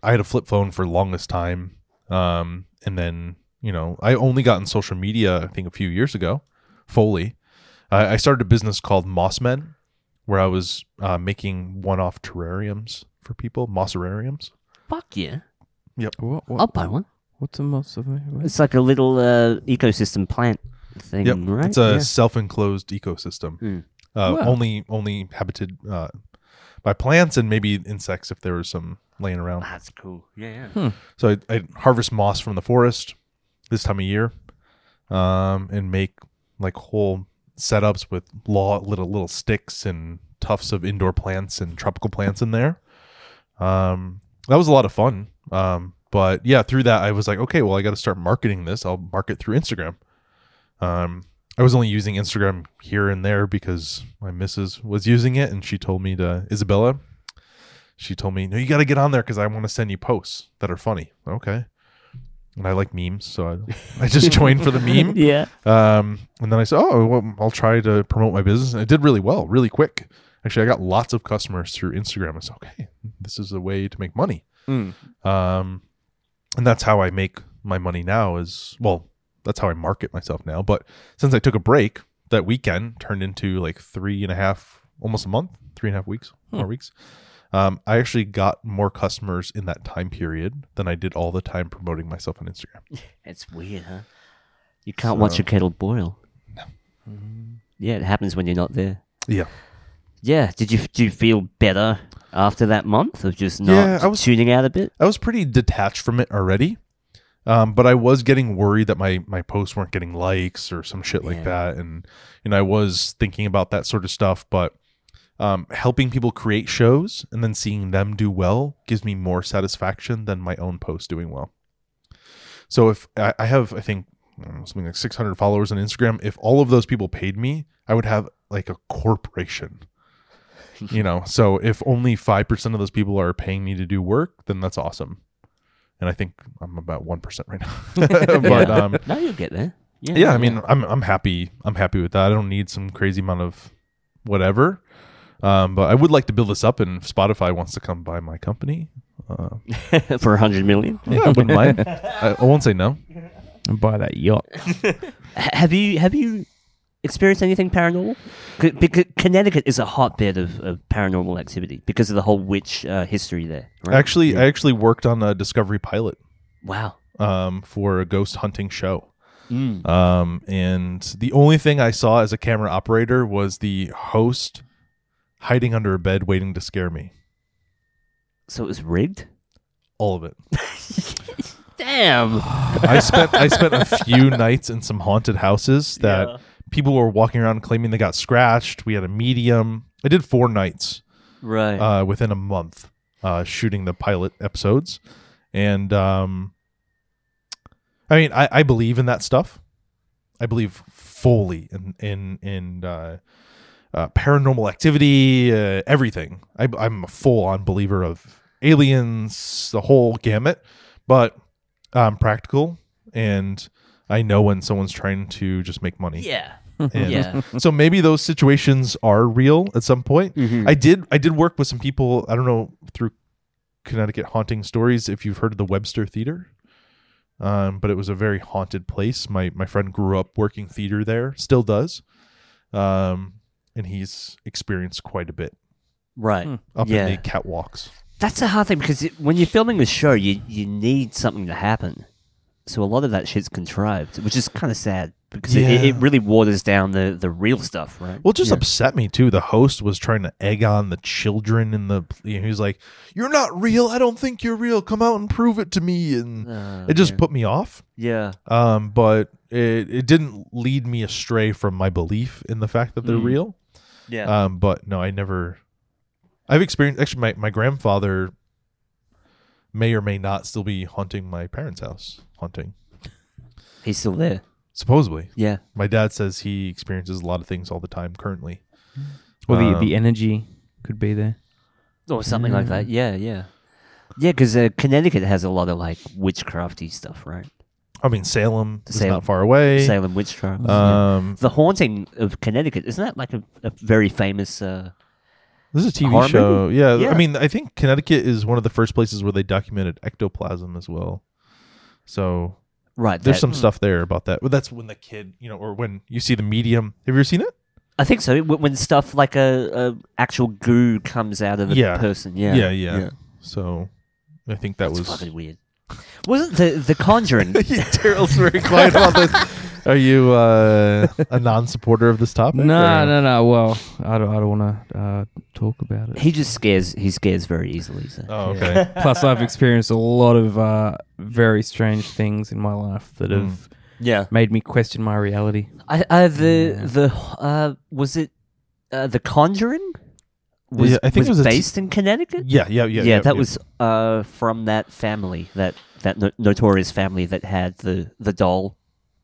[SPEAKER 2] I had a flip phone for the longest time, um, and then you know I only got in social media I think a few years ago, fully. I, I started a business called Mossmen, where I was uh, making one-off terrariums for people, mossarariums.
[SPEAKER 1] Fuck yeah.
[SPEAKER 3] What, what,
[SPEAKER 1] I'll buy one.
[SPEAKER 3] What's the most of it?
[SPEAKER 1] It's like a little uh, ecosystem plant thing,
[SPEAKER 2] Yep,
[SPEAKER 1] right?
[SPEAKER 2] it's a
[SPEAKER 1] Yeah.
[SPEAKER 2] self-enclosed ecosystem,
[SPEAKER 1] Hmm.
[SPEAKER 2] uh,
[SPEAKER 3] Wow.
[SPEAKER 2] only only habited uh, by plants and maybe insects if there was some laying around.
[SPEAKER 1] Ah, That's cool. Yeah, yeah.
[SPEAKER 2] So I, I harvest moss from the forest this time of year, um, and make like whole setups with law, little little sticks and tufts of indoor plants and tropical plants in there. Um, that was a lot of fun. Um, but yeah, through that I was like, okay, well I got to start marketing this. I'll market through Instagram. Um, I was only using Instagram here and there because my missus was using it, and she told me to Isabella, she told me, "No, you got to get on there because I want to send you posts that are funny." Okay, and I like memes, so I, I just joined for the meme.
[SPEAKER 1] Yeah.
[SPEAKER 2] Um, and then I said, "Oh, well, I'll try to promote my business." And I did really well, really quick. Actually, I got lots of customers through Instagram. I said, "Okay, this is a way to make money."
[SPEAKER 3] Mm.
[SPEAKER 2] Um, and that's how I make my money now. Is well, that's how I market myself now. But since I took a break, that weekend turned into like three and a half, almost a month, three and a half weeks, four weeks. Um, I actually got more customers in that time period than I did all the time promoting myself on Instagram.
[SPEAKER 1] It's weird, huh? You can't watch your kettle boil. No. Yeah, it happens when you're not there.
[SPEAKER 2] Yeah.
[SPEAKER 1] Yeah. Did you do you feel better after that month of just not
[SPEAKER 2] Yeah, I was-
[SPEAKER 1] tuning out a bit?
[SPEAKER 2] I was pretty detached from it already. Um, but I was getting worried that my my posts weren't getting likes or some shit like
[SPEAKER 1] Yeah.
[SPEAKER 2] that, and you know I was thinking about that sort of stuff. But um, helping people create shows and then seeing them do well gives me more satisfaction than my own post doing well. So if I, I have, I think I don't know, Mm, something like 600 followers on Instagram, if all of those people paid me, I would have like a corporation. You know, so if only five percent of those people are paying me to do work, then that's awesome. and I think I'm about one percent right now. but um,
[SPEAKER 1] no, you'll get there. Yeah,
[SPEAKER 2] yeah, I mean, I'm I'm happy. I'm happy with that. I don't need some crazy amount of whatever. Um, but I would like to build this up, and if Spotify wants to come buy my company. Uh,
[SPEAKER 1] for a hundred million.
[SPEAKER 2] yeah, I wouldn't mind. I, I won't say no.
[SPEAKER 3] and buy that yacht.
[SPEAKER 1] H- have you have you experienced anything paranormal? C- because Connecticut is a hotbed of, of paranormal activity because of the whole witch uh, history there. Right?
[SPEAKER 2] Actually, I actually worked on a Discovery pilot
[SPEAKER 1] wow.
[SPEAKER 2] um, for a ghost hunting show. Um, and the only thing I saw as a camera operator was the host hiding under a bed waiting to scare me.
[SPEAKER 1] So it was rigged.
[SPEAKER 2] All of it.
[SPEAKER 1] Damn.
[SPEAKER 2] I spent I spent a few nights in some haunted houses that
[SPEAKER 1] Yeah.
[SPEAKER 2] people were walking around claiming they got scratched. We had a medium. I did four nights
[SPEAKER 1] Right.
[SPEAKER 2] uh, within a month uh, shooting the pilot episodes, and um, I mean I, I believe in that stuff. I believe fully in in in uh, uh, paranormal activity, uh, everything. I, I'm a full on believer of aliens, the whole gamut, but I'm practical and I know when someone's trying to just make money.
[SPEAKER 1] yeah.
[SPEAKER 2] And
[SPEAKER 1] Yeah.
[SPEAKER 2] So maybe those situations are real at some point.
[SPEAKER 1] Hmm.
[SPEAKER 2] I did I did work with some people, I don't know, through Connecticut haunting stories if you've heard of the Webster Theater. Um, but it was a very haunted place. My my friend grew up working theater there, still does. Um, and he's experienced quite a bit
[SPEAKER 1] Right.
[SPEAKER 2] Hmm. up
[SPEAKER 1] Yeah.
[SPEAKER 2] in the catwalks.
[SPEAKER 1] That's a hard thing because it, when you're filming a show, you you need something to happen. So a lot of that shit's contrived, which is kind of sad because it,
[SPEAKER 2] Yeah.
[SPEAKER 1] it really waters down the, the real stuff, right?
[SPEAKER 2] Well, it just
[SPEAKER 3] Yeah.
[SPEAKER 2] upset me too. The host was trying to egg on the children in the. He was like, "You're not real. I don't think you're real. Come out and prove it to me." And
[SPEAKER 1] Uh,
[SPEAKER 2] it just put me off.
[SPEAKER 1] yeah.
[SPEAKER 2] um, but it, it didn't lead me astray from my belief in the fact that they're
[SPEAKER 1] Mm.
[SPEAKER 2] real.
[SPEAKER 1] Yeah.
[SPEAKER 2] Um, but no, I never. I've experienced actually. My, my grandfather may or may not still be haunting my parents' house. Haunting,
[SPEAKER 1] He's still there.
[SPEAKER 2] supposedly.
[SPEAKER 1] Yeah.
[SPEAKER 2] My dad says he experiences a lot of things all the time currently.
[SPEAKER 3] Or the,
[SPEAKER 2] Um,
[SPEAKER 3] the energy could be there.
[SPEAKER 1] Or something like
[SPEAKER 2] Mm.
[SPEAKER 1] that. Yeah, yeah. Yeah, because uh, Connecticut has a lot of like witchcrafty stuff, right?
[SPEAKER 2] I mean, Salem is
[SPEAKER 1] Salem.
[SPEAKER 2] not far away.
[SPEAKER 1] Salem witchcraft.
[SPEAKER 2] Um,
[SPEAKER 1] the haunting of Connecticut isn't that like a, a very famous? Uh,
[SPEAKER 2] this is a TV
[SPEAKER 1] Horror
[SPEAKER 2] show. Yeah,
[SPEAKER 1] Yeah.
[SPEAKER 2] I mean, I think Connecticut is one of the first places where they documented ectoplasm as well. So
[SPEAKER 1] right.
[SPEAKER 2] There's
[SPEAKER 1] that- Hmm.
[SPEAKER 2] some stuff there about that. Well, that's when the kid, you know, or when you see the medium. Have you ever seen it?
[SPEAKER 1] I think so. When when stuff like a, a actual goo comes out of the
[SPEAKER 2] Yeah.
[SPEAKER 1] person. Yeah.
[SPEAKER 2] yeah. So I think that
[SPEAKER 1] That's
[SPEAKER 2] was.
[SPEAKER 1] fucking weird. Wasn't the the Conjuring?
[SPEAKER 2] Daryl's very quiet about this. Are you uh, a non-supporter of this topic?
[SPEAKER 3] No,
[SPEAKER 2] or-
[SPEAKER 3] no, no. Well, I don't, I don't want to uh, talk about it.
[SPEAKER 1] he just scares. He scares very easily. So.
[SPEAKER 2] Oh, okay.
[SPEAKER 3] Plus, I've experienced a lot of uh, very strange things in my life that
[SPEAKER 2] Hmm.
[SPEAKER 3] have
[SPEAKER 1] Yeah.
[SPEAKER 3] made me question my reality.
[SPEAKER 1] I, I the the uh, was it uh, the Conjuring? Was,
[SPEAKER 2] Yeah, I think it was a t-
[SPEAKER 1] based in Connecticut.
[SPEAKER 2] yeah, yeah, yeah.
[SPEAKER 1] yeah, that was uh, from that family, that that no- notorious family that had the the doll,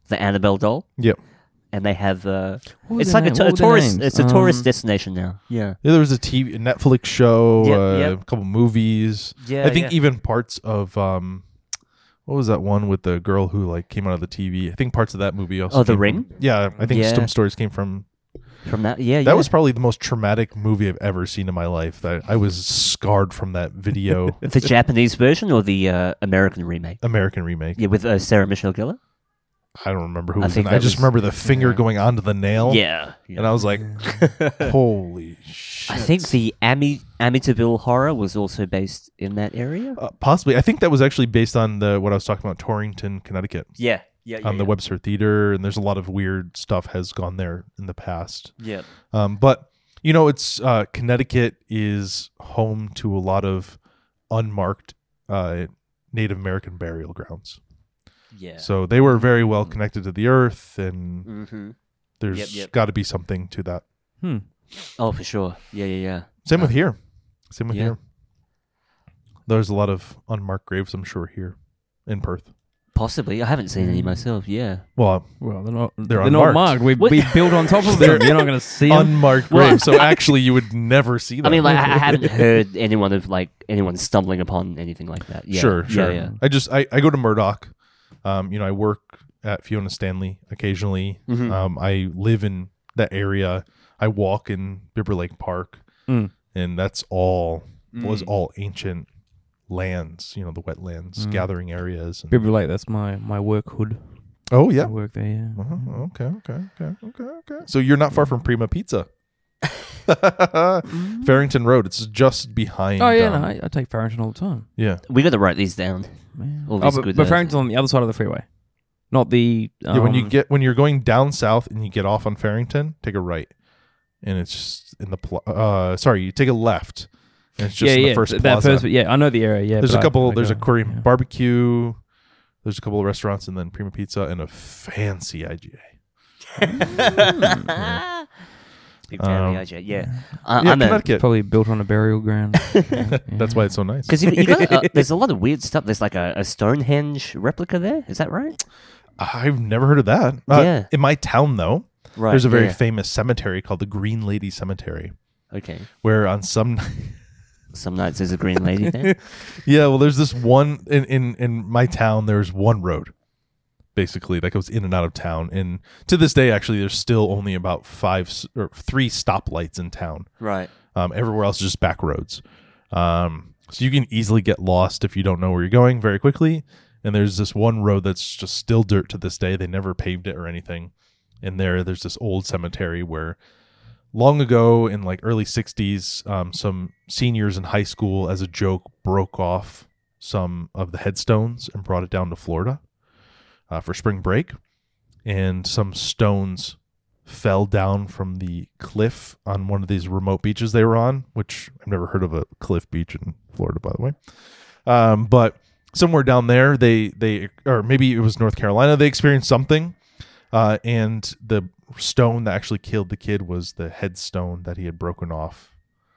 [SPEAKER 1] the Annabelle doll,
[SPEAKER 2] Yep.
[SPEAKER 1] and they have uh,
[SPEAKER 3] What were
[SPEAKER 1] it's
[SPEAKER 3] their
[SPEAKER 1] like a,
[SPEAKER 3] name-
[SPEAKER 1] t-
[SPEAKER 3] what
[SPEAKER 1] a
[SPEAKER 3] were their
[SPEAKER 1] tourist,
[SPEAKER 3] names?
[SPEAKER 1] it's a tourist
[SPEAKER 3] Um,
[SPEAKER 1] destination now. Yeah,
[SPEAKER 2] Yeah, there was a TV, a Netflix show,
[SPEAKER 1] Yep,
[SPEAKER 2] uh,
[SPEAKER 1] yep.
[SPEAKER 2] a couple movies.
[SPEAKER 1] Yeah,
[SPEAKER 2] I think
[SPEAKER 1] yeah.
[SPEAKER 2] even parts of um, what was that one with the girl who like came out of the TV? I think parts of that movie also.
[SPEAKER 1] Oh, The
[SPEAKER 2] came from-
[SPEAKER 1] Ring?
[SPEAKER 2] yeah, I think
[SPEAKER 1] Yeah.
[SPEAKER 2] some stories came from
[SPEAKER 1] from that. Yeah,
[SPEAKER 2] That
[SPEAKER 1] yeah.
[SPEAKER 2] was probably the most traumatic movie I've ever seen in my life. That I was scarred from that video
[SPEAKER 1] the Japanese version or the uh, American remake.
[SPEAKER 2] American remake.
[SPEAKER 1] Yeah, with uh, Sarah Michelle Gellar.
[SPEAKER 2] I don't remember who
[SPEAKER 1] I
[SPEAKER 2] was
[SPEAKER 1] think
[SPEAKER 2] in it. I
[SPEAKER 1] that
[SPEAKER 2] just
[SPEAKER 1] was-
[SPEAKER 2] remember the finger going onto the nail.
[SPEAKER 1] Yeah,
[SPEAKER 2] And I was like, holy shit.
[SPEAKER 1] I think the Ami- Amityville horror was also based in that area.
[SPEAKER 2] Uh, possibly. I think that was actually based on the what I was talking about, Torrington, Connecticut.
[SPEAKER 1] Yeah, yeah,
[SPEAKER 2] On the Webster Theater, and there's a lot of weird stuff has gone there in the past.
[SPEAKER 1] Yeah,
[SPEAKER 2] Um, but you know, it's uh, Connecticut is home to a lot of unmarked uh, Native American burial grounds.
[SPEAKER 1] yeah.
[SPEAKER 2] So they were very well connected to the earth, and
[SPEAKER 1] mm-hmm.
[SPEAKER 2] there's
[SPEAKER 1] Yep, yep.
[SPEAKER 2] got to be something to that.
[SPEAKER 3] Hmm.
[SPEAKER 1] Oh, for sure. Yeah, yeah, yeah.
[SPEAKER 2] Same with here. Same with
[SPEAKER 1] Uh-huh. Yeah.
[SPEAKER 2] here. There's a lot of unmarked graves, I'm sure, here in Perth.
[SPEAKER 1] Possibly. I haven't seen any
[SPEAKER 2] Mm.
[SPEAKER 1] myself. Yeah.
[SPEAKER 2] Well,
[SPEAKER 3] Well, they're not. They're,
[SPEAKER 2] They're
[SPEAKER 3] not
[SPEAKER 2] unmarked.
[SPEAKER 3] marked. We,
[SPEAKER 1] What-
[SPEAKER 3] we build on top of them. You're not going to see them.
[SPEAKER 2] unmarked
[SPEAKER 1] Well-
[SPEAKER 2] grave. So actually, you would never see them.
[SPEAKER 1] I mean, like I I haven't heard anyone of like anyone stumbling upon anything like that. Yeah.
[SPEAKER 2] sure, sure.
[SPEAKER 1] Yeah, yeah.
[SPEAKER 2] I just I, I go to Murdoch. Um, you know, I work at Fiona Stanley occasionally.
[SPEAKER 1] Mhm.
[SPEAKER 2] Um, I live in that area. I walk in Bibber Lake Park,
[SPEAKER 1] Hmm.
[SPEAKER 3] Mm.
[SPEAKER 2] and that's all was
[SPEAKER 4] Mm.
[SPEAKER 2] all ancient lands. You know, the wetlands,
[SPEAKER 3] Mm.
[SPEAKER 2] gathering areas. and-
[SPEAKER 3] People like that's my my work hood.
[SPEAKER 2] oh
[SPEAKER 3] I
[SPEAKER 2] yeah.
[SPEAKER 3] work there. Yeah.
[SPEAKER 2] Oh, okay, okay, okay, okay, okay. So you're not far from Prima Pizza.
[SPEAKER 1] Mm-hmm.
[SPEAKER 2] Farrington Road. It's just behind.
[SPEAKER 3] Mm. Oh yeah,
[SPEAKER 2] um,
[SPEAKER 3] no, I, I take Farrington all the time.
[SPEAKER 2] yeah.
[SPEAKER 1] We got to write these down.
[SPEAKER 3] Man.
[SPEAKER 1] All
[SPEAKER 3] Oh,
[SPEAKER 1] these
[SPEAKER 3] but,
[SPEAKER 1] good,
[SPEAKER 3] but
[SPEAKER 1] uh,
[SPEAKER 3] Farrington's on the other side of the freeway, not the. Um,
[SPEAKER 2] yeah, when you get when you're going down south and you get off on Farrington, take a right, and it's just in the pl- uh sorry, you take a left, and it's just
[SPEAKER 3] yeah,
[SPEAKER 2] in the
[SPEAKER 3] yeah,
[SPEAKER 2] first
[SPEAKER 3] th- that
[SPEAKER 2] plaza.
[SPEAKER 3] first. Yeah, I know the area. Yeah,
[SPEAKER 2] there's
[SPEAKER 3] but
[SPEAKER 2] a
[SPEAKER 3] I-
[SPEAKER 2] couple.
[SPEAKER 3] I
[SPEAKER 2] there's a
[SPEAKER 3] go-
[SPEAKER 2] Korean
[SPEAKER 3] yeah.
[SPEAKER 2] barbecue. There's a couple of restaurants, and then Prima Pizza and a fancy IGA.
[SPEAKER 3] Uh,
[SPEAKER 1] Hmm. Big fan of
[SPEAKER 2] Um,
[SPEAKER 1] the IJ. Yeah. I-
[SPEAKER 2] yeah,
[SPEAKER 1] I'm a-
[SPEAKER 2] Connecticut.
[SPEAKER 3] Probably built on a burial ground.
[SPEAKER 2] That's why it's so nice.
[SPEAKER 1] Because you, you got, uh, there's a lot of weird stuff. There's like a, a Stonehenge replica there. Is that right?
[SPEAKER 2] I've never heard of that. Uh,
[SPEAKER 1] Yeah.
[SPEAKER 2] In my town, though,
[SPEAKER 1] Right.
[SPEAKER 2] there's a very
[SPEAKER 1] yeah.
[SPEAKER 2] famous cemetery called the Green Lady Cemetery,
[SPEAKER 1] okay.
[SPEAKER 2] where on some
[SPEAKER 1] Some nights there's a green lady there.
[SPEAKER 2] Yeah, well, there's this one in in in my town. There's one road, basically that goes in and out of town. And to this day, actually, there's still only about five s- or three stoplights in town.
[SPEAKER 1] right.
[SPEAKER 2] Um, everywhere else is just back roads. Um, so you can easily get lost if you don't know where you're going very quickly. And there's this one road that's just still dirt to this day. They never paved it or anything. And there, there's this old cemetery where long ago in like early 60s, um, some seniors in high school, as a joke, broke off some of the headstones and brought it down to Florida uh, for spring break. And some stones fell down from the cliff on one of these remote beaches they were on, which I've never heard of a cliff beach in Florida, by the way. Um, but somewhere down there, they they or maybe it was North Carolina, they experienced something, uh, and the stone that actually killed the kid was the headstone that he had broken off.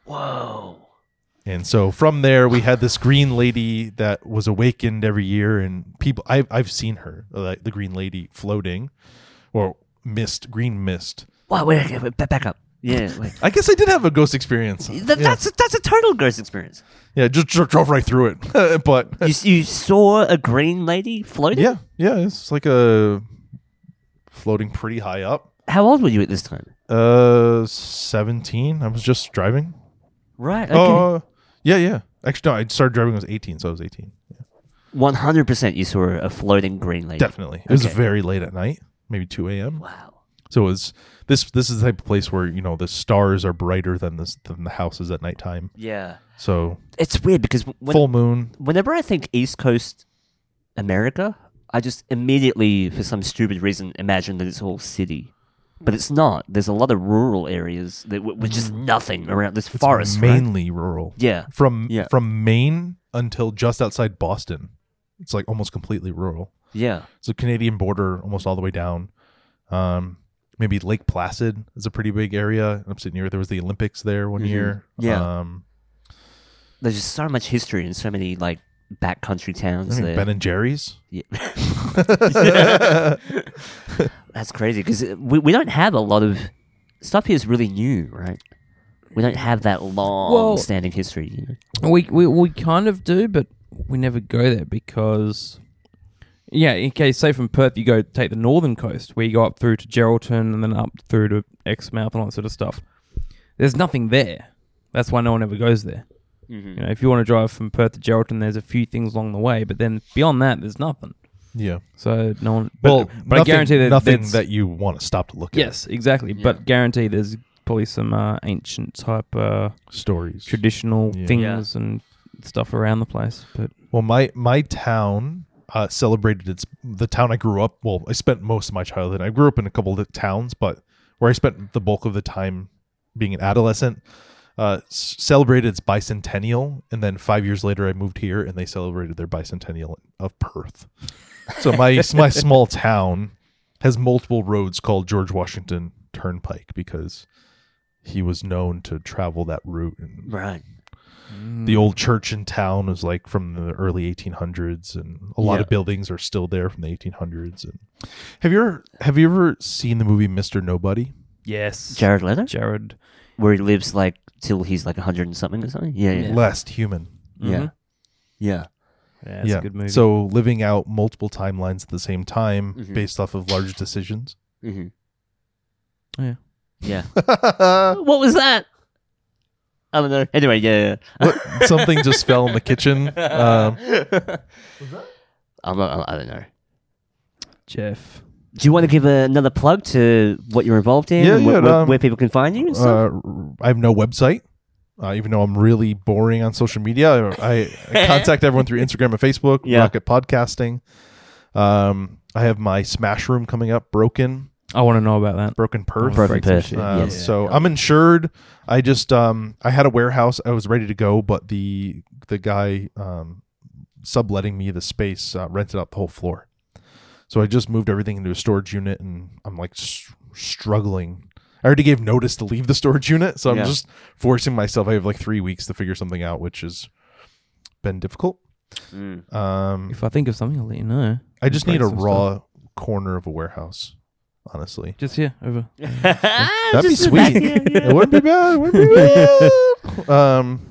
[SPEAKER 1] Whoa.
[SPEAKER 2] And so from there, we had this green lady that was awakened every year, and people I've I've seen her like the green lady floating, or mist green mist.
[SPEAKER 1] Wow. Wait, wait, wait, ba- back up. Yeah. Wait.
[SPEAKER 2] I guess I did have a ghost experience.
[SPEAKER 1] Th-
[SPEAKER 2] yeah.
[SPEAKER 1] That's a, that's a total ghost experience.
[SPEAKER 2] yeah, just, dro- drove right through it. but
[SPEAKER 1] You, s- you saw a green lady floating.
[SPEAKER 2] yeah, yeah, it's like a floating pretty high up.
[SPEAKER 1] How old were you at this time?
[SPEAKER 2] Uh, seventeen. I was just driving.
[SPEAKER 1] Right. Okay.
[SPEAKER 2] Oh, uh, yeah, yeah. Actually, no, I started driving when I was eighteen, so I was eighteen.
[SPEAKER 1] One hundred percent. You saw a floating green lady.
[SPEAKER 2] Definitely, it was
[SPEAKER 1] Okay.
[SPEAKER 2] very late at night, maybe two a.m.
[SPEAKER 1] Wow.
[SPEAKER 2] So it was this. This is the type of place where you know the stars are brighter than this than the houses at nighttime.
[SPEAKER 1] Yeah.
[SPEAKER 2] So
[SPEAKER 1] It's weird because when,
[SPEAKER 2] full moon.
[SPEAKER 1] whenever I think East Coast America, I just immediately, for some stupid reason, imagine that it's all city. But it's not. There's a lot of rural areas that w- with just nothing around. There's
[SPEAKER 2] It's
[SPEAKER 1] forests, right?
[SPEAKER 2] mainly rural.
[SPEAKER 1] Yeah.
[SPEAKER 2] From
[SPEAKER 1] Yeah.
[SPEAKER 2] from Maine until just outside Boston, it's like almost completely rural.
[SPEAKER 1] Yeah.
[SPEAKER 2] So Canadian border almost all the way down. Um, maybe Lake Placid is a pretty big area. I'm sitting here. There was the Olympics there one
[SPEAKER 1] Mhm.
[SPEAKER 2] year.
[SPEAKER 1] Yeah.
[SPEAKER 2] Um,
[SPEAKER 1] There's just so much history and so many like backcountry
[SPEAKER 2] I
[SPEAKER 1] towns
[SPEAKER 2] think
[SPEAKER 1] there.
[SPEAKER 2] Ben and Jerry's.
[SPEAKER 1] Yeah. That's crazy because we, we don't have a lot of stuff here is really new, right? We don't have that long
[SPEAKER 3] Well-
[SPEAKER 1] standing history. You know?
[SPEAKER 3] We, we we kind of do, but we never go there because, yeah. In case, say from Perth, you go take the northern coast where you go up through to Geraldton and then up through to Exmouth and all that sort of stuff. There's nothing there. That's why no one ever goes there. You know, if you want to drive from Perth to Geraldton, there's a few things along the way, but then beyond that, there's nothing.
[SPEAKER 2] yeah.
[SPEAKER 3] So no one. But,
[SPEAKER 2] Well,
[SPEAKER 3] but I guarantee that
[SPEAKER 2] nothing
[SPEAKER 3] that's-
[SPEAKER 2] that you want to stop to look at.
[SPEAKER 3] yes, exactly.
[SPEAKER 1] Yeah.
[SPEAKER 3] But guarantee there's probably some uh, ancient type uh,
[SPEAKER 2] Stories.
[SPEAKER 3] traditional
[SPEAKER 2] Yeah.
[SPEAKER 3] things and stuff around the place. But
[SPEAKER 2] Well, my my town uh, celebrated its the town I grew up. Well, I spent most of my childhood. I grew up in a couple of towns, but where I spent the bulk of the time being an adolescent, uh, s- celebrated its bicentennial, and then five years later, I moved here, and they celebrated their bicentennial of Perth. So my my small town has multiple roads called George Washington Turnpike because he was known to travel that route and
[SPEAKER 1] Right.
[SPEAKER 3] Mm.
[SPEAKER 2] the old church in town was like from the early 1800s and a lot
[SPEAKER 3] Yeah.
[SPEAKER 2] of buildings are still there from the 1800s and have you ever have you ever seen the movie mr nobody
[SPEAKER 3] Yes.
[SPEAKER 1] Jared Leto,
[SPEAKER 3] Jared.
[SPEAKER 1] where he lives like till he's like hundred and something or something. Yeah, yeah,
[SPEAKER 2] last human
[SPEAKER 1] yeah,
[SPEAKER 3] Mhm.
[SPEAKER 1] yeah.
[SPEAKER 3] Yeah, it's a good movie.
[SPEAKER 2] so living out multiple timelines at the same time
[SPEAKER 1] Mhm.
[SPEAKER 2] based off of large decisions
[SPEAKER 1] Mm-hmm.
[SPEAKER 3] Yeah.
[SPEAKER 1] Yeah. what was that? I don't know. Anyway, yeah.
[SPEAKER 2] What- something just fell in the kitchen
[SPEAKER 1] yeah.
[SPEAKER 2] um,
[SPEAKER 1] I'm not, I don't know.
[SPEAKER 3] Jeff.
[SPEAKER 1] Do you want to give another plug to what you're involved in?
[SPEAKER 2] Yeah,
[SPEAKER 1] and where,
[SPEAKER 2] yeah,
[SPEAKER 1] where,
[SPEAKER 2] um,
[SPEAKER 1] where people can find you and
[SPEAKER 2] uh,
[SPEAKER 1] stuff?
[SPEAKER 2] r- I have no website. Uh, even though I'm really boring on social media, I, I contact everyone through Instagram and Facebook.
[SPEAKER 1] Yeah.
[SPEAKER 2] Rocket Podcasting. Um, I have my Smash Room coming up. Broken,
[SPEAKER 3] I want to know about that.
[SPEAKER 2] Broken Perth.
[SPEAKER 1] Broken
[SPEAKER 3] Break some
[SPEAKER 1] Perth,
[SPEAKER 3] shit.
[SPEAKER 2] Uh,
[SPEAKER 1] yeah.
[SPEAKER 2] So I'm insured. I just um, I had a warehouse. I was ready to go, but the the guy um, subletting me the space uh, rented out the whole floor. So I just moved everything into a storage unit, and I'm like s- struggling. I already gave notice to leave the storage unit, so I'm
[SPEAKER 1] Yeah.
[SPEAKER 2] just forcing myself. I have like three weeks to figure something out, which has been difficult.
[SPEAKER 1] Mm.
[SPEAKER 2] Um,
[SPEAKER 3] If I think of something, I'll let you know.
[SPEAKER 2] I just
[SPEAKER 3] break
[SPEAKER 2] need a
[SPEAKER 3] some
[SPEAKER 2] raw corner of a warehouse, honestly.
[SPEAKER 3] Just here, over.
[SPEAKER 2] That'd be
[SPEAKER 1] Just back-
[SPEAKER 2] sweet.
[SPEAKER 1] yeah, yeah.
[SPEAKER 2] It wouldn't be bad. It wouldn't be bad. um,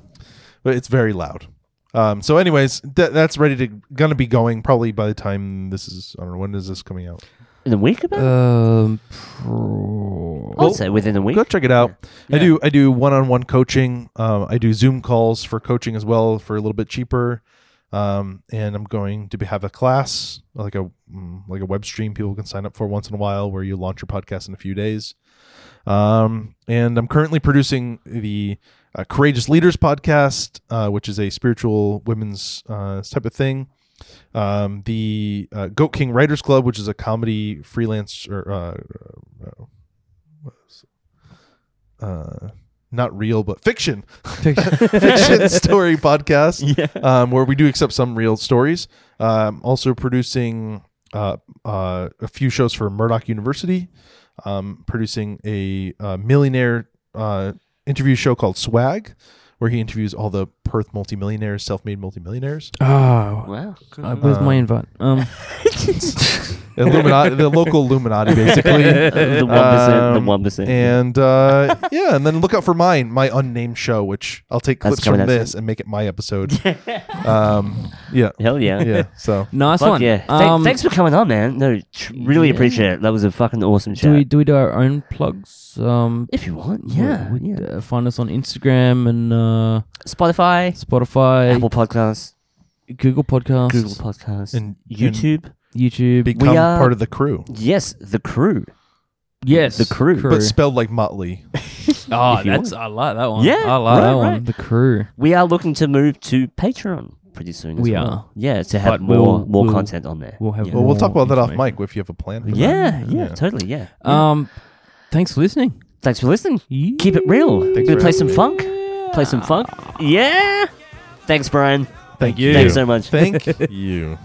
[SPEAKER 2] but it's very loud. Um, so, anyways, that that's ready to gonna be going probably by the time this is. I don't know when is this coming out.
[SPEAKER 1] In a week
[SPEAKER 2] Uh,
[SPEAKER 1] about?
[SPEAKER 3] Um,
[SPEAKER 1] I'd say within a week.
[SPEAKER 2] Go check it out. I
[SPEAKER 1] Yeah.
[SPEAKER 2] do I do one on one coaching. Um, I do Zoom calls for coaching as well for a little bit cheaper. Um, and I'm going to be, have a class like a mm, like a web stream people can sign up for once in a while where you launch your podcast in a few days. Um, and I'm currently producing the uh, Courageous Leaders podcast, uh, which is a spiritual women's uh, type of thing. Um, the uh, Goat King Writers Club, which is a comedy freelance or uh, uh, uh, not real but fiction fiction story podcast
[SPEAKER 1] Yeah.
[SPEAKER 2] um, where we do accept some real stories um, also producing uh, uh, a few shows for murdoch university um, producing a uh, millionaire uh, interview show called swag where he interviews all the Perth multimillionaires, self-made multimillionaires.
[SPEAKER 3] oh,
[SPEAKER 1] Wow.
[SPEAKER 3] uh, where's my invite? Um,
[SPEAKER 2] Illuminati, the local Illuminati, basically.
[SPEAKER 1] Oh, the one percent. the
[SPEAKER 2] Um,
[SPEAKER 1] one percent.
[SPEAKER 2] And uh, yeah, and then look out for mine, my unnamed show, which I'll take
[SPEAKER 1] That's
[SPEAKER 2] clips from
[SPEAKER 1] coming out
[SPEAKER 2] this and make it my episode. um, yeah,
[SPEAKER 1] Hell yeah.
[SPEAKER 2] yeah. So
[SPEAKER 3] nice
[SPEAKER 1] Fuck
[SPEAKER 3] one.
[SPEAKER 1] yeah. Th-
[SPEAKER 3] Um,
[SPEAKER 1] thanks for coming on, man. No, tr- really
[SPEAKER 3] yeah.
[SPEAKER 1] appreciate it. That was a fucking awesome
[SPEAKER 3] Do
[SPEAKER 1] chat.
[SPEAKER 3] we do we do our own plugs? Um,
[SPEAKER 1] if you want, yeah.
[SPEAKER 3] we- we-
[SPEAKER 1] yeah.
[SPEAKER 3] uh, find us on Instagram and uh,
[SPEAKER 1] Spotify,
[SPEAKER 3] Spotify,
[SPEAKER 1] Apple Podcasts,
[SPEAKER 3] Google Podcasts,
[SPEAKER 1] Google Podcasts,
[SPEAKER 2] and and
[SPEAKER 1] YouTube.
[SPEAKER 3] YouTube.
[SPEAKER 2] become
[SPEAKER 1] We are-
[SPEAKER 2] part of the crew,
[SPEAKER 1] yes, the crew.
[SPEAKER 3] yes,
[SPEAKER 1] The crew.
[SPEAKER 2] but spelled like Motley.
[SPEAKER 3] Oh,
[SPEAKER 1] if you
[SPEAKER 3] that's I like that one.
[SPEAKER 1] Yeah,
[SPEAKER 3] I like
[SPEAKER 1] right,
[SPEAKER 3] that one.
[SPEAKER 1] right.
[SPEAKER 3] The crew.
[SPEAKER 1] We are looking to move to Patreon pretty soon. As
[SPEAKER 3] We
[SPEAKER 1] well.
[SPEAKER 3] are.
[SPEAKER 1] Yeah, to have
[SPEAKER 3] But
[SPEAKER 1] more
[SPEAKER 3] we'll-
[SPEAKER 1] more
[SPEAKER 3] we'll-
[SPEAKER 1] content on there.
[SPEAKER 3] we'll have
[SPEAKER 1] yeah.
[SPEAKER 2] Well, we'll talk
[SPEAKER 3] More
[SPEAKER 2] about that off
[SPEAKER 3] information.
[SPEAKER 2] mic if you have a plan. For
[SPEAKER 1] Yeah,
[SPEAKER 2] that.
[SPEAKER 1] yeah, totally. Yeah.
[SPEAKER 3] Um, thanks for listening.
[SPEAKER 1] Thanks for listening. Keep it real.
[SPEAKER 2] Thanks
[SPEAKER 1] Gonna
[SPEAKER 2] for
[SPEAKER 1] play
[SPEAKER 2] having
[SPEAKER 1] some funk. Play some funk. Yeah. Thanks, Brian.
[SPEAKER 2] Thank you.
[SPEAKER 1] Thanks so much.
[SPEAKER 2] Thank you.